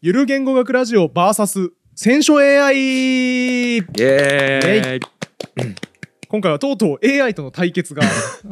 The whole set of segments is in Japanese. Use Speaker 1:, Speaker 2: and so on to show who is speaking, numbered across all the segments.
Speaker 1: ゆる言語学ラジオ VS 選書 AI!
Speaker 2: イエーイ
Speaker 1: 今回はとうとう AI との対決が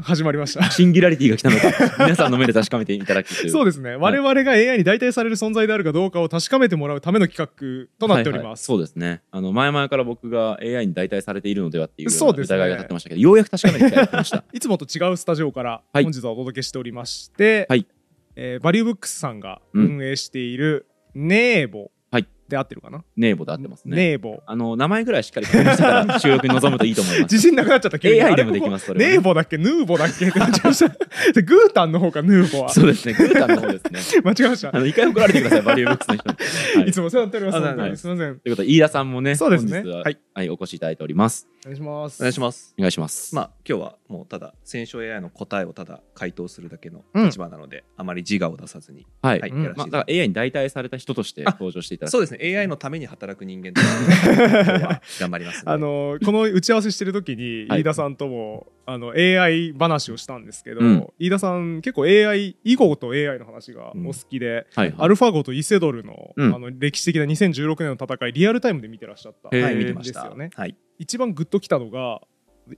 Speaker 1: 始まりま した。
Speaker 2: シンギュラリティが来た のか、皆さんの目で確かめていただくという。
Speaker 1: そう
Speaker 2: う
Speaker 1: ですね。我々が AI に代替される存在であるかどうかを確かめてもらうための企画となっております。
Speaker 2: そうですね。あの、前々から僕が AI に代替されているのではっていうような
Speaker 1: そうですね
Speaker 2: 疑いが立ってましたけど、ようやく確かめてきた ました。
Speaker 1: いつもと違うスタジオから
Speaker 2: はい
Speaker 1: 本日はお届けしておりまして、
Speaker 2: はい
Speaker 1: えーバリューブックスさんが
Speaker 2: うん
Speaker 1: 運営しているネーボ
Speaker 2: はい
Speaker 1: で合ってるかな、
Speaker 2: ネーボで合ってますね。
Speaker 1: ネーボ。
Speaker 2: あの、名前ぐらいしっかり確認してから収録に臨むといいと思 います。
Speaker 1: 自信なくなっちゃった急に
Speaker 2: AI
Speaker 1: あれ
Speaker 2: でもできます
Speaker 1: ここ
Speaker 2: それはね
Speaker 1: ネーボだっけヌーボだっけってなっちゃいました。でグータンの方かヌーボは。
Speaker 2: そうで すね。グータンの方ですね。
Speaker 1: 間違えました
Speaker 2: あ。の、一回怒られてください、バリューブックス の人に。はい
Speaker 1: いつもお世話になっております。
Speaker 2: あ
Speaker 1: 本当
Speaker 2: はい
Speaker 1: にすみません。
Speaker 2: ということで、飯田さんもね、
Speaker 1: そうですね
Speaker 2: 本日は、
Speaker 1: はい
Speaker 2: はい、お越しいただいております。
Speaker 1: お願いします。
Speaker 3: お願いします。
Speaker 2: お願いします。
Speaker 3: まあ今日はもうただ選書 AI の答えをただ回答するだけの
Speaker 1: うん
Speaker 3: 立場なので、あまり自我を出さずに、
Speaker 2: は
Speaker 3: はいい。
Speaker 1: うん
Speaker 3: やらせ
Speaker 2: まあ、
Speaker 3: て
Speaker 2: だ
Speaker 3: いた
Speaker 2: か
Speaker 3: だき
Speaker 2: ら AI に代替された人として登場していた
Speaker 3: ま
Speaker 2: だ
Speaker 3: すそ
Speaker 2: く
Speaker 3: うですね AI のために働く人間として今日は頑張りますので
Speaker 1: あ のーこの打ち合わせしてる時に
Speaker 2: はい
Speaker 1: 飯田さんとも、あの AI 話をしたんですけど、
Speaker 2: うん
Speaker 1: 飯田さん結構 AI 以後と AI の話がお好きで、
Speaker 2: はいはい
Speaker 1: アルファ号とイセドルの,、
Speaker 2: うん
Speaker 1: あの歴史的な2016年の戦いリアルタイムで見てらっしゃったん
Speaker 2: へー
Speaker 3: はい見
Speaker 1: で
Speaker 3: てまし
Speaker 1: す
Speaker 3: た、
Speaker 1: よね。
Speaker 3: はい
Speaker 1: 一番グッときたのが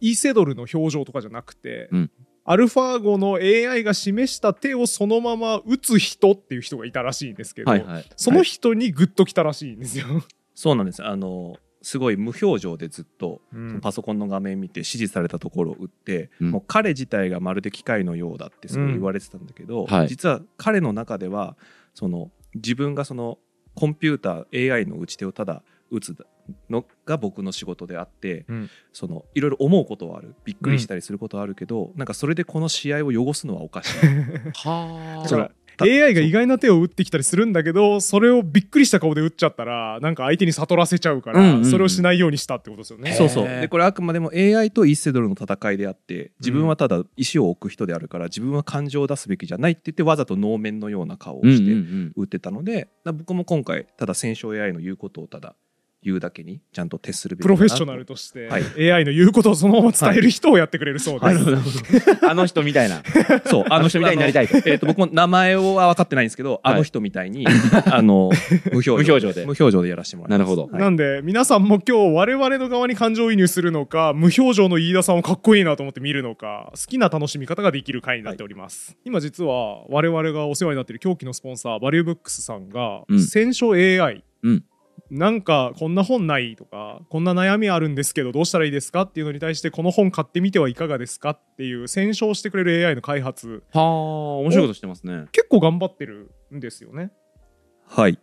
Speaker 1: イセドルの表情とかじゃなくて、
Speaker 2: うん
Speaker 1: アルファ号の AI が示した手をそのまま打つ人っていう人がいたらしいんですけど、
Speaker 2: はいはい。
Speaker 1: その人にグッときたらしいんですよ。
Speaker 3: そうなんですあのすごい無表情でずっと
Speaker 1: うん
Speaker 3: パソコンの画面見て指示されたところを打って、
Speaker 2: うん
Speaker 3: もう彼自体がまるで機械のようだってすごい言われてたんだけど、
Speaker 2: うんはい
Speaker 3: 実は彼の中ではその自分がそのコンピューター AI の打ち手をただ打つのが僕の仕事であって、
Speaker 1: うん
Speaker 3: そのいろいろ思うことはあるびっくりしたりすることはあるけど、なんかそれでこの試合を汚すのはお かしい。
Speaker 2: は
Speaker 1: だ
Speaker 2: あ
Speaker 1: か。ら AI が意外な手を打ってきたりするんだけどそれをびっくりした顔で打っちゃったらなんか相手に悟らせちゃうから、
Speaker 2: うんうんうん
Speaker 1: それをしないようにしたってことですよね。
Speaker 3: そうそう
Speaker 2: へー
Speaker 3: でこれあくまでも AI とイセドルの戦いであって自分はただ石を置く人であるから自分は感情を出すべきじゃないって言ってわざと能面のような顔を
Speaker 2: うんうん
Speaker 3: して
Speaker 2: うん
Speaker 3: 打ってたので、だから僕も今回ただ戦勝 AI の言うことをただ言うだけにちゃんと徹するべき
Speaker 1: プ
Speaker 3: だな
Speaker 1: ロフェ
Speaker 3: と
Speaker 1: ッショナルとして、
Speaker 3: はい
Speaker 1: AI の言うことをそのまま伝える人をやってくれるそうです。
Speaker 3: はい
Speaker 2: なるほど あの人みたいな。
Speaker 3: そう
Speaker 2: あの人みたいになりたいと。
Speaker 3: えっと僕も名前は分かってないんですけど、
Speaker 2: はい
Speaker 3: あの人みた いにあの無表情
Speaker 2: 無表情で
Speaker 3: 無表情でやらせてもらいま す
Speaker 2: なるほど
Speaker 3: はい
Speaker 1: なんで皆さんも今日我々の側に感情移入するのか無表情の飯田さんをかっこいいなと思って見るのか好きな楽しみ方ができる回になっております、今実は我々がお世話になっている狂気のスポンサーバリューブックスさんが
Speaker 2: うん
Speaker 1: 選書 AI、
Speaker 2: うん
Speaker 1: なんかこんな本ないとかこんな悩みあるんですけどどうしたらいいですかっていうのに対してこの本買ってみてはいかがですかっていう選書をしてくれる AI の開発
Speaker 2: はあ、面白いことしてますね。
Speaker 1: 結構頑張ってるんですよね
Speaker 3: はい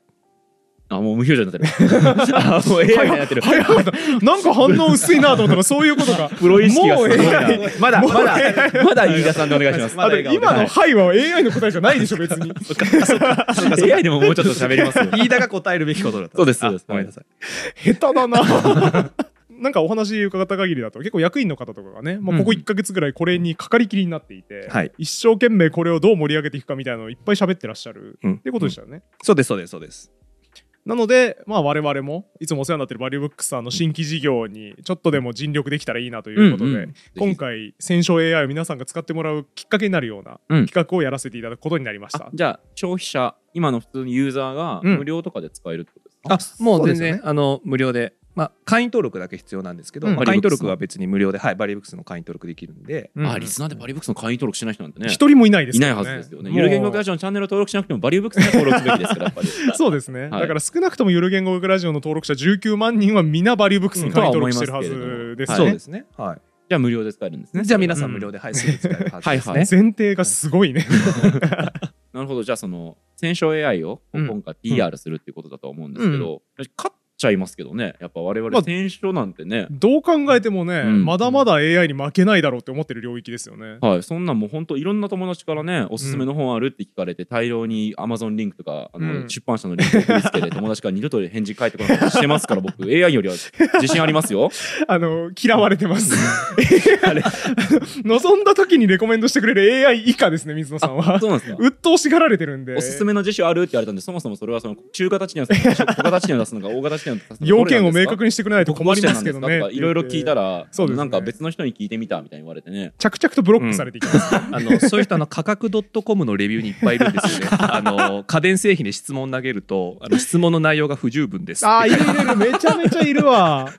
Speaker 2: あ、もう無表情になってる。 あもう AI みたいになってる。
Speaker 1: 早かったなんか反応薄いなと思ったらそういうことか
Speaker 2: プロ意識がすごい
Speaker 1: もう
Speaker 2: な
Speaker 1: AI。
Speaker 2: まだ、
Speaker 1: もう
Speaker 2: まだ、まだ飯田さんでお願いします。
Speaker 1: あと今の「はい」は AI の答えじゃないでしょ別に
Speaker 2: はい AI でももうちょっと喋り ますよ。
Speaker 3: 飯田が答えるべきことだった
Speaker 2: そうですそうです
Speaker 3: あごめんなさい
Speaker 1: 下手だな なんかお話伺った限りだと結構役員の方とかがね、まあ、
Speaker 2: うん
Speaker 1: ここ1か月ぐらいこれにかかりきりになっていて、
Speaker 3: はい
Speaker 1: 一生懸命これをどう盛り上げていくかみたいなのをいっぱい喋ってらっしゃる
Speaker 3: うん
Speaker 1: ってことでしたよね、
Speaker 3: そうですそうですそうです
Speaker 1: なので、まあ、我々もいつもお世話になってるバリューブックスさんの新規事業にちょっとでも尽力できたらいいなということで、
Speaker 2: うんうん
Speaker 1: 今回戦勝 AI を皆さんが使ってもらうきっかけになるような
Speaker 2: うん
Speaker 1: 企画をやらせていただくことになりまし
Speaker 2: あ
Speaker 1: た、
Speaker 2: じゃあ、消費者、今の普通のユーザーが
Speaker 1: うん
Speaker 2: 無料とかで使えるってことですか
Speaker 3: あも
Speaker 1: そううで
Speaker 3: 全
Speaker 1: すよね
Speaker 3: 然あの無料で、まあ、会員登録だけ必要なんですけど、
Speaker 1: うん
Speaker 3: ま
Speaker 2: バ
Speaker 3: あ会
Speaker 2: リ
Speaker 3: 員
Speaker 2: ブックス
Speaker 3: 登録は別に無料で、はい、バリブックスの会員登録できるんで、
Speaker 1: うん
Speaker 2: あ、リスナーでバリューブックスの会員登録しない人なんてね。
Speaker 1: 一人もいないです
Speaker 2: い
Speaker 1: か
Speaker 2: な
Speaker 1: ら
Speaker 2: い
Speaker 1: ね
Speaker 2: はずですよね。
Speaker 1: もう
Speaker 2: ゆる言語ラジオのチャンネル登録しなくてもバリューブックスには登録すべきですから、やっぱり。
Speaker 1: そうですね、
Speaker 2: はい
Speaker 1: だから少なくともゆる言語学ラジオの登録者19万人は皆バリューブックスに会員登録してるはずです
Speaker 2: はい
Speaker 3: そう
Speaker 1: ね。
Speaker 3: ですね、はい
Speaker 2: じゃあ無料で使えるんですね。
Speaker 3: じゃあ皆さ
Speaker 1: うん
Speaker 3: ん無料で、はい、すぐ使えるはずですね、
Speaker 2: はいは
Speaker 1: 前提がすごいね。
Speaker 2: なるほど、じゃあその、戦勝 AI を
Speaker 1: うん
Speaker 2: 今回 PR するっていうことだと思うんですけど、勝っちゃいますけどね、やっぱ我
Speaker 1: まあ
Speaker 2: 々戦勝なんてね、
Speaker 1: どう考えてもね、
Speaker 2: うん
Speaker 1: まだまだ AI に負けないだろうって思ってる領域ですよね。
Speaker 2: はい、そんなんもう本当いろんな友達からね、おすすめの本あるって聞かれて、大量に Amazon リンクとか、あの
Speaker 1: うん
Speaker 2: 出版社のリンクを送り つけて、友達から二度と返事返ってこないことしてますから、僕、AI よりは自信ありま すよ。
Speaker 1: あの、嫌われてます。 あれ望んだ時にレコメンドしてくれる AI 以下ですね、水野さんは
Speaker 2: そ。うなんですか。
Speaker 1: 鬱陶しがられてるんで。
Speaker 2: おすすめの辞書あるって言われたんで、そもそもそれはその中型地には出すのか、小型地には出すのか、大型地点を
Speaker 1: 要件を明
Speaker 2: に
Speaker 1: 確にしてくれないと困りますけどね
Speaker 2: いろいろ聞いた
Speaker 1: ら
Speaker 2: ら、
Speaker 1: そうですね
Speaker 2: なんか別の人に聞いてみたみたいに言われてね。
Speaker 1: 着々とブロックされていきます、
Speaker 3: あのそういう人あの価格 .com のレビューにいっぱいいるんですよ ねあの家電製品に質問投げるとあの質問の内容が不十分です
Speaker 1: ああいるいるいるめちゃめちゃいるわ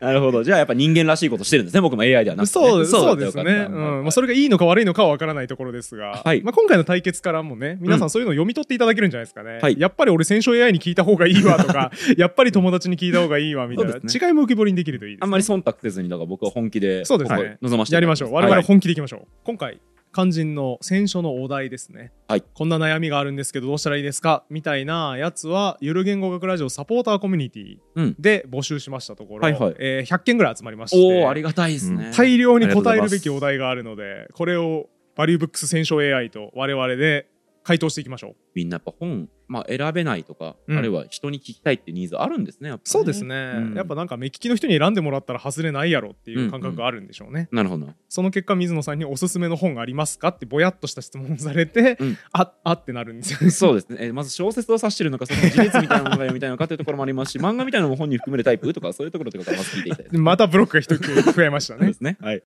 Speaker 2: なるほど。じゃあやっぱ人間らしいことしてるんですね。僕も AI ではなくてね、
Speaker 1: そうそうです
Speaker 2: だったら
Speaker 1: ね
Speaker 2: よ、
Speaker 1: う
Speaker 2: かった
Speaker 1: んまあ、それがいいのか悪いのかは分からないところですが、
Speaker 2: はい
Speaker 1: まあ、今回の対決からもね皆さんそういうのを読み取っていただけるんじゃないですかね、
Speaker 2: はい
Speaker 1: やっぱり俺選手 AI に聞いた方がいいわと かやっぱり友達に聞いた方がいいわみたいな、
Speaker 2: そうです
Speaker 1: 違いも浮き彫りにできるといいですね
Speaker 2: あんまり忖度せずに、だから僕は本気で、
Speaker 1: そうですね
Speaker 2: ここ望まして
Speaker 1: やりましょう我々
Speaker 2: はい
Speaker 1: 本気でいきましょう、今回肝心の選書のお題ですね、
Speaker 2: はい
Speaker 1: こんな悩みがあるんですけどどうしたらいいですかみたいなやつはゆる言語学ラジオサポーターコミュニティ
Speaker 2: うん
Speaker 1: で募集しましたところ、
Speaker 2: はいはい
Speaker 1: えー100件ぐらい集まりまし
Speaker 2: おお、あ
Speaker 1: て
Speaker 2: りがたいですね。
Speaker 1: 大量に答えるべきお題があるのでこれをバリューブックス選書 AI と我々で回答していきましょう
Speaker 2: みんなやっぱ本、まあ、選べないとか、
Speaker 1: うん
Speaker 2: あるいは人に聞きたいってニーズあるんですね、やっぱね
Speaker 1: そうですね、
Speaker 2: ん
Speaker 1: やっぱなんか目利きの人に選んでもらったら外れないやろっていう感覚があるんでしょうね、
Speaker 2: なるほ ど。
Speaker 1: その結果水野さんにおすすめの本がありますかってぼやっとした質問をされて、
Speaker 2: うん
Speaker 1: ああってなるんですよね。
Speaker 2: そうですね。えまず小説を指してるのか、その事実みたいなものが読みたいのかというところもあ りますし、漫画みたいなのも本に含めるタイプとか、そういうところとか、まず聞いていきたいです
Speaker 1: でまたブロックが一つ増えました
Speaker 2: そうで
Speaker 1: ね。
Speaker 2: すね。はい。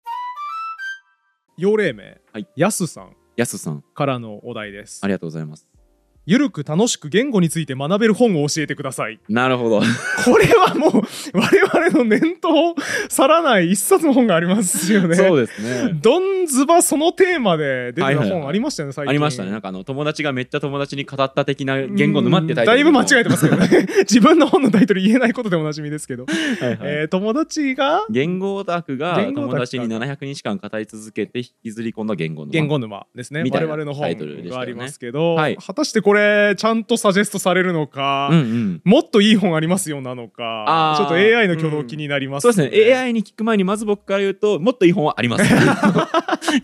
Speaker 1: 用例名、
Speaker 2: はい
Speaker 1: やすさん
Speaker 2: やすさん、
Speaker 1: からのお題です
Speaker 2: あ。りがとうございます。
Speaker 1: ゆるく楽しく言語について学べる本を教えてください。
Speaker 2: なるほど。
Speaker 1: これはもう我々の念頭を去らない一冊の本がありますよね。
Speaker 2: そうですね。
Speaker 1: どんずばそのテーマで出てた本ありましたよね、最近。
Speaker 2: ありましたね。なんかあの友達がめっちゃ友達に語った的な言語沼ってタイト
Speaker 1: だ
Speaker 2: ル
Speaker 1: いぶ間違えてますけ どね自分の本のタイトル言えないことでおなじみですけど、
Speaker 2: えて、はいはい
Speaker 1: えー友達が
Speaker 2: 言語オタクが
Speaker 1: 言語オタク
Speaker 2: 友
Speaker 1: が
Speaker 2: 達に700日間語り続けて引きずり込んだ言語沼
Speaker 1: 言語沼ですね
Speaker 2: みた
Speaker 1: 我
Speaker 2: いな
Speaker 1: 々の
Speaker 2: タイトルでし
Speaker 1: 本
Speaker 2: たよね
Speaker 1: がありますけど、
Speaker 2: はい
Speaker 1: 果たしてこれちゃんとサジェストされるのか、
Speaker 2: うんうん。
Speaker 1: もっといい本ありますよなのか
Speaker 2: あー
Speaker 1: ちょっと AI の挙動気になります、
Speaker 2: そうですね。AI に聞く前にまず僕から言うと、もっといい本はありま す。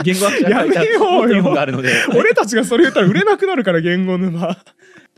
Speaker 2: 言語学者が書い
Speaker 1: やめよ
Speaker 2: た
Speaker 1: うよ
Speaker 2: もっといい本があるので。
Speaker 1: 俺たちがそれ言ったら売れなくなるから言語沼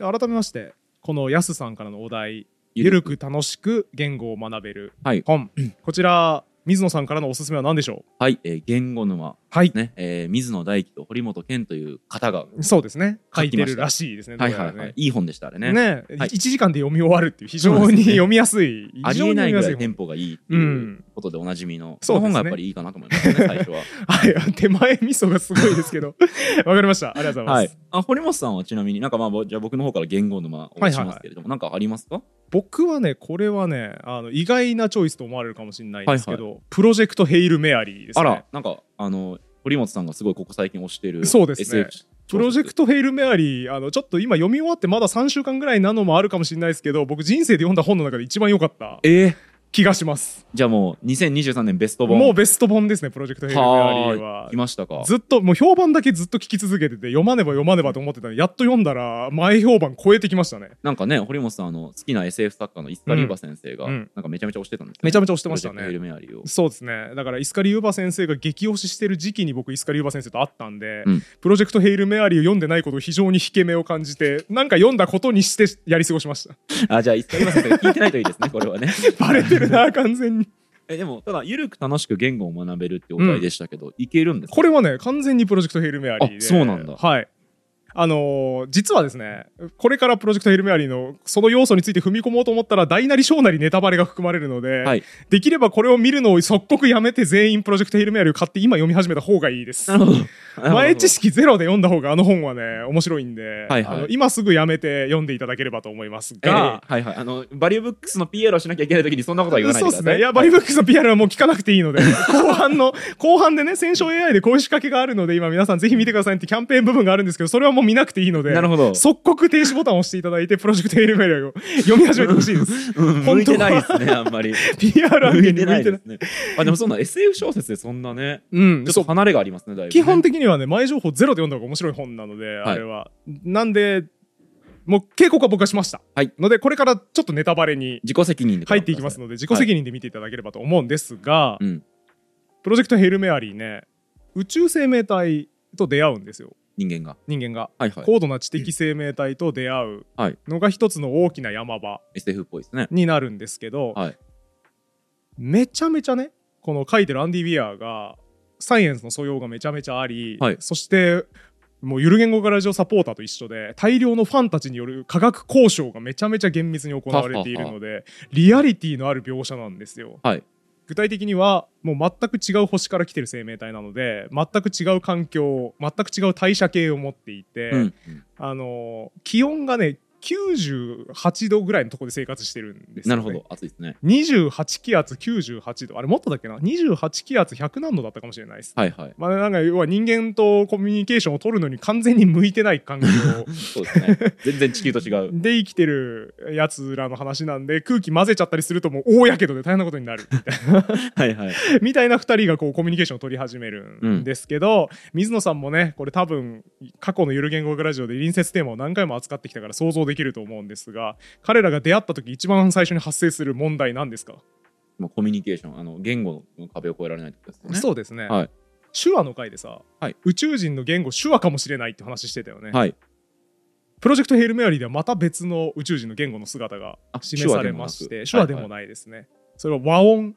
Speaker 1: で改めましてこのやすさんからのお題「ゆるく楽しく言語を学べる
Speaker 2: はい。
Speaker 1: 本」こちら水野さんからのおすすめは何でしょう
Speaker 2: はい。えー言語沼。
Speaker 1: はい
Speaker 2: ね。えー水野大樹と堀本健という方が、
Speaker 1: そうですね書
Speaker 2: 書
Speaker 1: い
Speaker 2: き
Speaker 1: て
Speaker 2: ました
Speaker 1: るらしいですね
Speaker 2: はい
Speaker 1: どうや
Speaker 2: は
Speaker 1: ら
Speaker 2: いはい
Speaker 1: ね。
Speaker 2: いい本でした、あれね。
Speaker 1: ね、
Speaker 2: はい
Speaker 1: 1時間で読み終わるっていう非常
Speaker 2: そうで
Speaker 1: に
Speaker 2: すね
Speaker 1: 読みやすい
Speaker 2: あ
Speaker 1: 非常
Speaker 2: り
Speaker 1: に
Speaker 2: えな
Speaker 1: 読
Speaker 2: い
Speaker 1: みや
Speaker 2: ぐら
Speaker 1: す
Speaker 2: い
Speaker 1: 本
Speaker 2: テンポがいいって
Speaker 1: う
Speaker 2: いうんことでおなじみの、
Speaker 1: そうですね
Speaker 2: この本がやっぱりいいかなと思いますね、最 初は。
Speaker 1: はい、手前味噌がすごいですけ ど。わかりました。ありがとうござ
Speaker 2: は
Speaker 1: ま
Speaker 2: いい
Speaker 1: す。。
Speaker 2: あ、堀本さんはちなみになんかまあ、ぼじゃあ僕の方から言語沼をしますけれども、なんかありますか
Speaker 1: 僕はね、これはね、あの意外なチョイスと思われるかもしれないんですけど、プロジェクトヘイルメアリーです
Speaker 2: あ
Speaker 1: ね。
Speaker 2: ら、なんか、あの、堀本さんがすごいここ最近推してる。
Speaker 1: そうですね
Speaker 2: SF
Speaker 1: プロジェクトヘイルメアリー、あのちょっと今読み終わってまだ3週間ぐらいなのもあるかもしれないですけど、僕人生で読んだ本の中で一番良かった
Speaker 2: えー
Speaker 1: 気がします。
Speaker 2: じゃあもう2023年ベスト本。
Speaker 1: もうベスト本ですね、プロジェクトヘイルメアリーは
Speaker 2: はーい来。ましたか。
Speaker 1: ずっともう評判だけずっと聞き続けてて読まねば読まねばと思ってたのにやっと読んだら前評判超えてきましたね
Speaker 2: なんかね、堀本さん、あの好きな SF 作家のイスカリーバ先生が、
Speaker 1: うんうん
Speaker 2: なんかめちゃめちゃ推してたんです、ね、
Speaker 1: めちゃめちゃ推してましたね
Speaker 2: プロジェクトヘイルメアリー を。
Speaker 1: そうですねだからイスカリユーバ先生が激推ししてる時期に僕イスカリユーバ先生と会ったんで、
Speaker 2: うん
Speaker 1: プロジェクトヘイルメアリーを読んでないことを非常に引け目を感じてなんか読んだことにしてやり過ごしました
Speaker 2: あ、じゃあイスカリーバ先生が聞いてないといいですね、これはね。
Speaker 1: バレてるな完全に
Speaker 2: えでも、ただ、ゆるく楽しく言語を学べるってお題でしたけど、いけるんですか
Speaker 1: これはね完全にプロジェクトヘイルメアリーで
Speaker 2: あそうなんだ
Speaker 1: はいあのー実はですねこれからプロジェクトヘイルメアリーのその要素について踏み込もうと思ったら大なり小なりネタバレが含まれるので、
Speaker 2: はい
Speaker 1: できればこれを見るのを即刻やめて全員プロジェクトヘイルメアリーを買って今読み始めた方がいいです
Speaker 2: なるほど。
Speaker 1: 前知識ゼロで読んだ方があの本はね面白いんで、
Speaker 2: はいは
Speaker 1: あ
Speaker 2: い
Speaker 1: の今すぐやめて読んでいただければと思います
Speaker 2: が
Speaker 1: が、、
Speaker 2: はいはい。あの、バリューブックスの PR をしなきゃいけないときにそんなことは言わない
Speaker 1: そ
Speaker 2: で
Speaker 1: うで
Speaker 2: くだ
Speaker 1: す
Speaker 2: さい。
Speaker 1: ねいやバリブックスの PR はもう聞かなくていい ので後半の後半でね戦勝 AI でこういう仕掛けがあるので今皆さんぜひ見てくださいってキャンペーン部分があるんですけどそれはもう見なくていいので
Speaker 2: なるほど。
Speaker 1: 即刻停止ボタンを押していただいてプロジェクトエルメリアを読み始 めてほしいです
Speaker 2: う
Speaker 1: 本
Speaker 2: ん
Speaker 1: 当は
Speaker 2: 向いてないですね、あんまり。
Speaker 1: PR 案
Speaker 2: 向
Speaker 1: 件
Speaker 2: い
Speaker 1: に
Speaker 2: て
Speaker 1: 向
Speaker 2: ないい
Speaker 1: てな
Speaker 2: で
Speaker 1: い
Speaker 2: すね。あ、でもそんな SF 小説でそんなね、
Speaker 1: うん
Speaker 2: ちょ
Speaker 1: そ
Speaker 2: っと
Speaker 1: う
Speaker 2: 離れがありますね、だいぶね。
Speaker 1: 基本的にはね前情報ゼロで読んだ方が面白い本なので、
Speaker 2: い
Speaker 1: あれはなんでもう警告は僕はしました、
Speaker 2: はい
Speaker 1: のでこれからちょっとネタバレに
Speaker 2: 自己責任で
Speaker 1: 入っていきますので自己責任で見ていただければと思うんですが、
Speaker 2: うん
Speaker 1: プロジェクトヘルメアリーね宇宙生命体と出会うんですよ
Speaker 2: 人間が。
Speaker 1: 人間が、
Speaker 2: はいはい。
Speaker 1: 高度な知的生命体と出会う
Speaker 2: はい
Speaker 1: のが一つの大きな山場
Speaker 2: SF っぽいですね。
Speaker 1: になるんですけど、
Speaker 2: はい
Speaker 1: めちゃめちゃねこの書いてるアンディ・ウィアーがサイエンスの素養がめちゃめちゃあり、
Speaker 2: はい
Speaker 1: そしてもうゆる言語化ラジオサポーターと一緒で大量のファンたちによる科学交渉がめちゃめちゃ厳密に行われているのでリアリティのある描写なんですよ。
Speaker 2: はい
Speaker 1: 具体的にはもう全く違う星から来てる生命体なので全く違う環境全く違う代謝系を持っていて、
Speaker 2: うん
Speaker 1: あの気温がね98度ぐらいのところで生活してるんです
Speaker 2: な
Speaker 1: よ、
Speaker 2: る
Speaker 1: ね、
Speaker 2: ほど暑いですね
Speaker 1: 28気圧98度あれもっとだっけな28気圧100何度だったかもしれないです
Speaker 2: はいはい
Speaker 1: まあなんか要は人間とコミュニケーションを取るのに完全に向いてない環境
Speaker 2: そうで すね全然地球と違う
Speaker 1: で生きてるやつらの話なんで空気混ぜちゃったりするともう大やけどで大変なことになるみたいな
Speaker 2: はいはい
Speaker 1: みたいな2人がこうコミュニケーションを取り始めるんですけど、水野さんもねこれ多分過去のゆる言語学ラジオで隣接テーマを何回も扱ってきたから想像できると思うんですが彼らが出会った時一番最初に発生する問題なんですか、
Speaker 2: まあコミュニケーションあの言語の壁を越えられないってことですよね
Speaker 1: そうですね、
Speaker 2: はい
Speaker 1: 手話の回でさ、
Speaker 2: はい
Speaker 1: 宇宙人の言語手話かもしれないって話してたよね、
Speaker 2: はい
Speaker 1: プロジェクトヘイルメアリーではまた別の宇宙人の言語の姿が
Speaker 2: あ
Speaker 1: 示されまして手
Speaker 2: 手話
Speaker 1: 話で
Speaker 2: でもなく
Speaker 1: もないですね、それは和音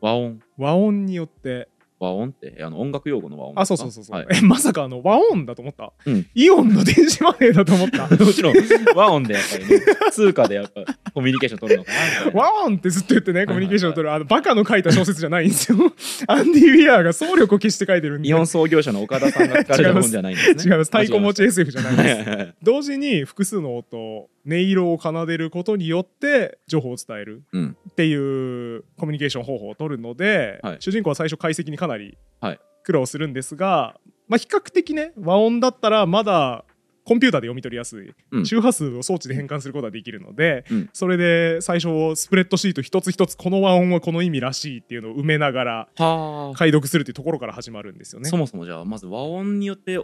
Speaker 2: 和音
Speaker 1: 和音によって
Speaker 2: 和音ってあの音楽用語の和音
Speaker 1: あそうそうそうそう、
Speaker 2: はい
Speaker 1: えまさかあの和音だと思った、
Speaker 2: うん
Speaker 1: イオンの電子マネーだと思った
Speaker 2: もちろん和音でやっぱりね通貨でやっぱコミュニケーション取るのかなみたいな
Speaker 1: 和音ってずっと言ってねコミュニケーションを取る、あのバカの書いた小説じゃないんですよ アンディ・ウィアーが総力を消して書いてるんで
Speaker 2: 日本創業者の岡田さんが書かれた本じゃないんです
Speaker 1: 違い
Speaker 2: ね
Speaker 1: ます太鼓持ち SF じゃない
Speaker 2: は
Speaker 1: で
Speaker 2: い
Speaker 1: す
Speaker 2: はいはい
Speaker 1: 同時に複数の音音色を奏でることによって情報を伝える
Speaker 2: うん
Speaker 1: っていうコミュニケーション方法を取るので、
Speaker 2: はい
Speaker 1: 主人公は最初解析にかなり
Speaker 2: はい
Speaker 1: 苦労するんですが、まあ、比較的ね和音だったらまだコンピューターで読み取りやすい、
Speaker 2: うん
Speaker 1: 周波数を装置で変換することができるので、
Speaker 2: うん
Speaker 1: それで最初スプレッドシート一つ一つこの和音はこの意味らしいっていうのを埋めながら
Speaker 2: はあ
Speaker 1: 解読するっていうところから始まるんです よね。
Speaker 2: そもそもじゃあまず和音によって意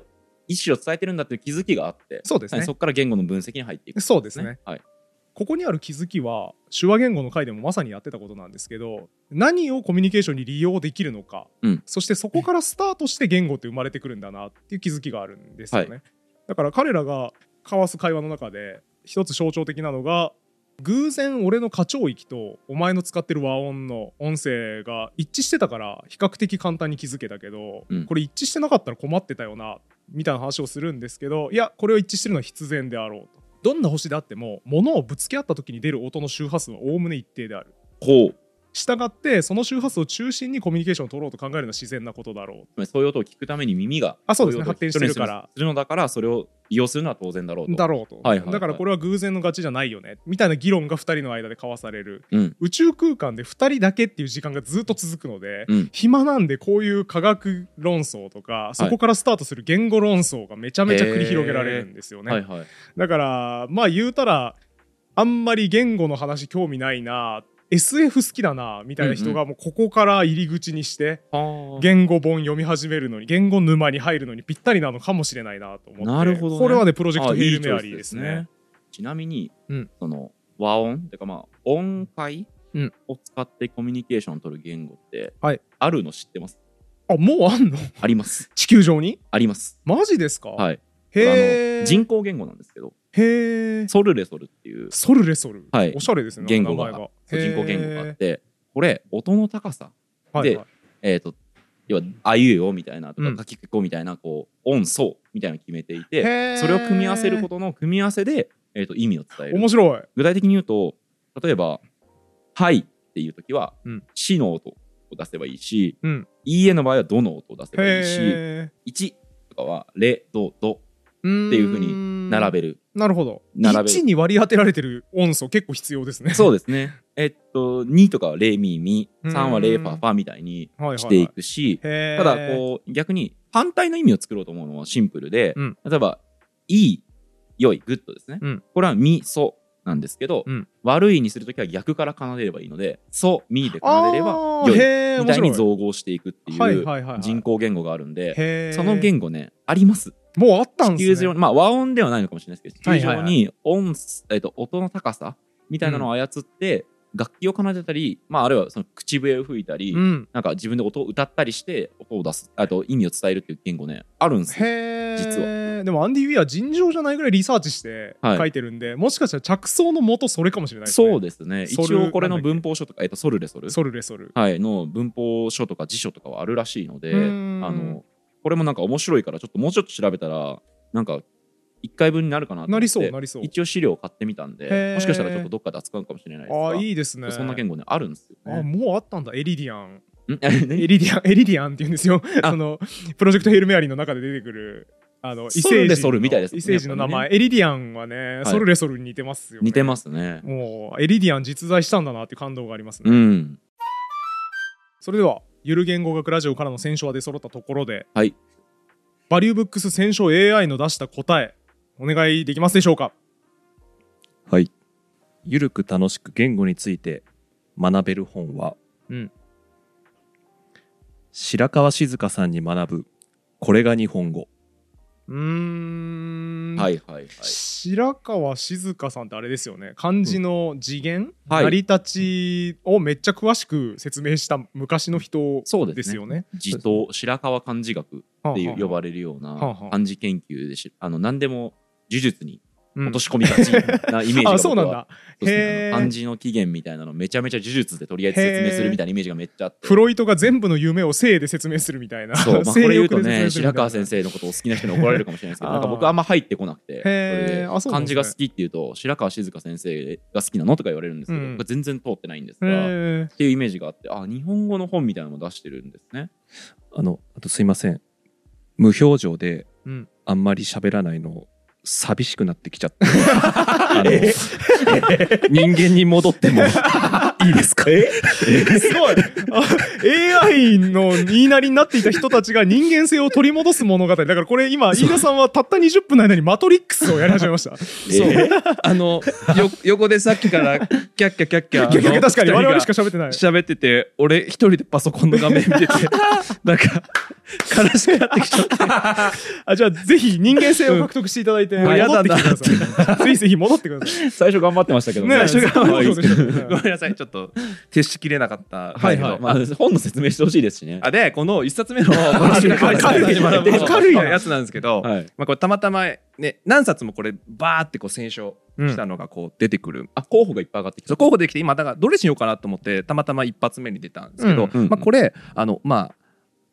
Speaker 2: 思を伝えてるんだっていう気づきがあって
Speaker 1: そうですね
Speaker 2: はいそこから言語の分析に入っていくん
Speaker 1: そうです
Speaker 2: です
Speaker 1: ね
Speaker 2: ねはい
Speaker 1: ここにある気づきは手話言語の回でもまさにやってたことなんですけど何をコミュニケーションに利用できるのか、
Speaker 2: うん
Speaker 1: そしてそこからスタートして言語って生まれてくるんだなっていう気づきがあるんですよね、だから彼らが交わす会話の中で一つ象徴的なのが偶然俺の課長域とお前の使ってる和音の音声が一致してたから比較的簡単に気づけたけど、
Speaker 2: うん
Speaker 1: これ一致してなかったら困ってたよなみたいな話をするんですけどいやこれを一致してるのは必然であろうとどんな星であっても物をぶつけ合った時に出る音の周波数はおおむね一定である
Speaker 2: ほう
Speaker 1: したがってその周波数を中心にコミュニケーションを取ろうと考えるのは自然なことだろう
Speaker 2: つまりそういう音を聞くために耳が
Speaker 1: あそうですね
Speaker 2: い音を
Speaker 1: 発展してるから
Speaker 2: するのだからそれを利用するのは当然だろうと
Speaker 1: だろうと、
Speaker 2: はいはいはい
Speaker 1: だからこれは偶然の勝ちじゃないよねみたいな議論が2人の間で交わされる、
Speaker 2: うん
Speaker 1: 宇宙空間で2人だけっていう時間がずっと続くので、
Speaker 2: うん
Speaker 1: 暇なんでこういう科学論争とかそこからスタートする言語論争がめちゃめちゃ繰り広げられるんですよね、
Speaker 2: はいはい
Speaker 1: だからまあ言うたらあんまり言語の話興味ないな SF 好きだなみたいな人がもうここから入り口にして
Speaker 2: はあ
Speaker 1: 言語本読み始めるのに言語沼に入るのにぴったりなのかもしれないなと思って
Speaker 2: なるほどね
Speaker 1: これはねプロジェクト
Speaker 2: あ
Speaker 1: ヘイル
Speaker 2: チ
Speaker 1: メア
Speaker 2: ョイス
Speaker 1: リーですね
Speaker 2: ちなみに、
Speaker 1: うん
Speaker 2: その和音っていうかまあ音階
Speaker 1: うん
Speaker 2: を使ってコミュニケーションを取る言語って、
Speaker 1: はい
Speaker 2: あるの知ってます
Speaker 1: あもうあんの
Speaker 2: あります
Speaker 1: 地球上に
Speaker 2: あります
Speaker 1: マジですか、
Speaker 2: はいあ
Speaker 1: へ
Speaker 2: の
Speaker 1: え
Speaker 2: 人工言語なんですけど
Speaker 1: へえ
Speaker 2: ソルレソルっていう
Speaker 1: ソルレソル、
Speaker 2: はい
Speaker 1: おしゃれですね
Speaker 2: 言語
Speaker 1: 名
Speaker 2: が
Speaker 1: 前が
Speaker 2: そう人工言語があ
Speaker 1: へ
Speaker 2: って、これ音の高さ
Speaker 1: ーはいはい
Speaker 2: えっ、と要は「あいうえお」みたいなと
Speaker 1: う
Speaker 2: か
Speaker 1: ん
Speaker 2: 「かきくこ」みたいなこう音層みたいなの決めてい
Speaker 1: へ
Speaker 2: て
Speaker 1: ー
Speaker 2: それを組み合わせることの組み合わせで、えー、と意味を伝える
Speaker 1: 面白い
Speaker 2: 具体的に言うと例えば「はい」っていう時は
Speaker 1: うん
Speaker 2: 「し」の音を出せばいいし「
Speaker 1: うん
Speaker 2: いいえ」の場合は「ど」の音を出せばいいし
Speaker 1: へ
Speaker 2: 「いち」とかは「れ」「ど」「ど
Speaker 1: てい
Speaker 2: いうふう
Speaker 1: に」
Speaker 2: 並べる、
Speaker 1: なるほど。
Speaker 2: 並べる
Speaker 1: 1に割り当てられてる音素結構必要 ですね。
Speaker 2: そうですねえっと「に」とかは「れ」「み」「み」「
Speaker 1: うん
Speaker 2: さん」は「れ」「ファ」「ファ」みたいに
Speaker 1: はいはいはい
Speaker 2: していくし、
Speaker 1: へー
Speaker 2: ただこう逆に反対の意味を作ろうと思うのはシンプルで、
Speaker 1: うん
Speaker 2: 例えば「いい」「良い」「グッド」ですね、
Speaker 1: うん
Speaker 2: これは「み」「そ」なんですけど、
Speaker 1: うん
Speaker 2: 悪いにするときは逆から奏でればいいので「そ」「み」で
Speaker 1: あ
Speaker 2: 奏でれば
Speaker 1: ー
Speaker 2: 良い
Speaker 1: へー
Speaker 2: みたいに
Speaker 1: 面白
Speaker 2: 造語していくって
Speaker 1: はい
Speaker 2: いう
Speaker 1: はいはいはい
Speaker 2: 人工言語があるんで、
Speaker 1: へー
Speaker 2: その言語ねあります
Speaker 1: もうあったん
Speaker 2: 地球
Speaker 1: です
Speaker 2: 上
Speaker 1: ね。
Speaker 2: にまあ和音ではないのかもしれないですけど
Speaker 1: はい
Speaker 2: 地
Speaker 1: は
Speaker 2: 球
Speaker 1: いはい
Speaker 2: 上に音、えっと音の高さみたいなのを操って、楽器を奏でたり、まあ、あるいはその口笛を吹いたり、
Speaker 1: うん。
Speaker 2: なんか自分で音を歌ったりして音を出すあと意味を伝えるっていう言語ねあるんですよ
Speaker 1: へえ。
Speaker 2: 実
Speaker 1: でもアンディ・ウィア尋常じゃないぐらいリサーチして
Speaker 2: はい
Speaker 1: 書いてるんで、もしかしたら着想の元それかもしれないですね。
Speaker 2: そうですね
Speaker 1: ソル
Speaker 2: 一応これの文法書とか、えっと、ソルレソル
Speaker 1: ソルレソル。
Speaker 2: はい、の文法書とか辞書とかはあるらしいのであ
Speaker 1: うーん
Speaker 2: のこれもなんか面白いからちょっともうちょっと調べたらなんか1回分になるかなと思って
Speaker 1: なりそうなりそう
Speaker 2: 一応資料を買ってみたん
Speaker 1: へー
Speaker 2: でもしかしたらちょっとどっかで扱うかもしれないですが
Speaker 1: ああいいですね
Speaker 2: そんな言語ねあるんですよ、
Speaker 1: あ
Speaker 2: ね。
Speaker 1: もうあったんだエリディアン
Speaker 2: ん何
Speaker 1: エリディアン エリディアンって言うんですよ
Speaker 2: あ
Speaker 1: そのプロジェクトヘイルメアリーの中で出てくるあの異
Speaker 2: ソル
Speaker 1: 星
Speaker 2: レ
Speaker 1: 人
Speaker 2: ソルみたい
Speaker 1: の
Speaker 2: ですね
Speaker 1: 異星人の名
Speaker 2: や
Speaker 1: 前エリディアンはね
Speaker 2: い
Speaker 1: ソルレソルに似てますよね
Speaker 2: 似てますね。
Speaker 1: もうエリディアン実在したんだなっていう感動がありますね
Speaker 2: うん。
Speaker 1: それではゆる言語学ラジオからの選書は出揃ったところで
Speaker 2: はい
Speaker 1: バリューブックス選書 AI の出した答えお願いできますでしょうか
Speaker 3: はい。ゆるく楽しく言語について学べる本は、
Speaker 1: うん
Speaker 3: 白川静香さんに学ぶ、これが日本語。
Speaker 1: うーん
Speaker 2: はいはいはい。
Speaker 1: 白川静香さんってあれですよね漢字の次元、
Speaker 2: はい
Speaker 1: 成り立ちをめっちゃ詳しく説明した昔の人
Speaker 2: そうですね
Speaker 1: ですよね。
Speaker 2: 地頭白川漢字学っていう呼ばれるよう
Speaker 1: はあ
Speaker 2: な
Speaker 1: はあ
Speaker 2: 漢字研究でしあの何でも呪術に
Speaker 1: うん
Speaker 2: 落とし込みがちなイメージが
Speaker 1: あそうな
Speaker 2: 僕
Speaker 1: ん
Speaker 2: は
Speaker 1: だ
Speaker 2: そうですね
Speaker 1: へー
Speaker 2: あの漢字の起源みたいなのめちゃめちゃ呪術でとりあえず説明するみたいなイメージがめっちゃあって
Speaker 1: フロイトが全部の夢を性で説明するみたいな
Speaker 2: そう、まあ、こ
Speaker 1: 性
Speaker 2: れ言う
Speaker 1: 欲
Speaker 2: と
Speaker 1: で説明
Speaker 2: ね
Speaker 1: するみた
Speaker 2: 白
Speaker 1: いな
Speaker 2: 川先生のことを好きな人に怒られるかもしれないです け
Speaker 1: あ
Speaker 2: ど
Speaker 1: ー
Speaker 2: なんか僕あんま入ってこなくてそ
Speaker 1: へー
Speaker 2: れで
Speaker 1: あそうなんで
Speaker 2: 漢
Speaker 1: すね
Speaker 2: 字が好きっていうと白川静香先生が好きなのとか言われるんですけど、
Speaker 1: うん
Speaker 2: 僕は全然通ってないんですが、っ
Speaker 1: へー
Speaker 2: ていうイメージがあってあ日本語の本みたいなのも出してるんですね。
Speaker 3: あの、あとすいません。無表情で
Speaker 1: うん
Speaker 3: あんまり喋らないの、寂しくなってきちゃ って。あの人間に戻ってもいいですか
Speaker 1: すごいあ AI の言いなりになっていた人たちが人間性を取り戻す物語だからこれ今飯田さんはたった20分の間に「マトリックス」をやり始めました
Speaker 3: そう。あの、よ、横でさっきから、キャッキャキャッキャ。
Speaker 1: 逆に確かに
Speaker 3: あの
Speaker 1: 我々しか喋ってない
Speaker 3: 喋ってて、俺一人でパソコンの画面見 てて、なんか、悲しくなってきちゃって。
Speaker 1: あじゃあぜひ人間性を獲得していただいて、
Speaker 3: ん
Speaker 1: 戻ってきてください。ぜひぜひ戻ってください。
Speaker 2: 最初頑張ってましたけどね。
Speaker 1: ね最初頑張ってましたけどね
Speaker 3: ごめんなさい、ちょっと、徹しきれなかった。
Speaker 2: はいはい。まあ、本の説明してほしいですしね。
Speaker 3: あで、この一冊目の、この
Speaker 1: 軽い
Speaker 3: 白川さんに学ぶ
Speaker 1: 軽いな
Speaker 3: やつなんですけど、
Speaker 2: はい。
Speaker 3: まあこれたまたま、ね、何冊もこれ、バーってこう、選書したのがこう、出てくる。
Speaker 2: あ、候補がいっぱい上がってき
Speaker 3: そ
Speaker 2: た。
Speaker 3: う候補できて今だからどれしようかなと思ってたまたま一発目に出たんですけど、
Speaker 1: うん
Speaker 2: うんうん
Speaker 3: まあ、これあのまあ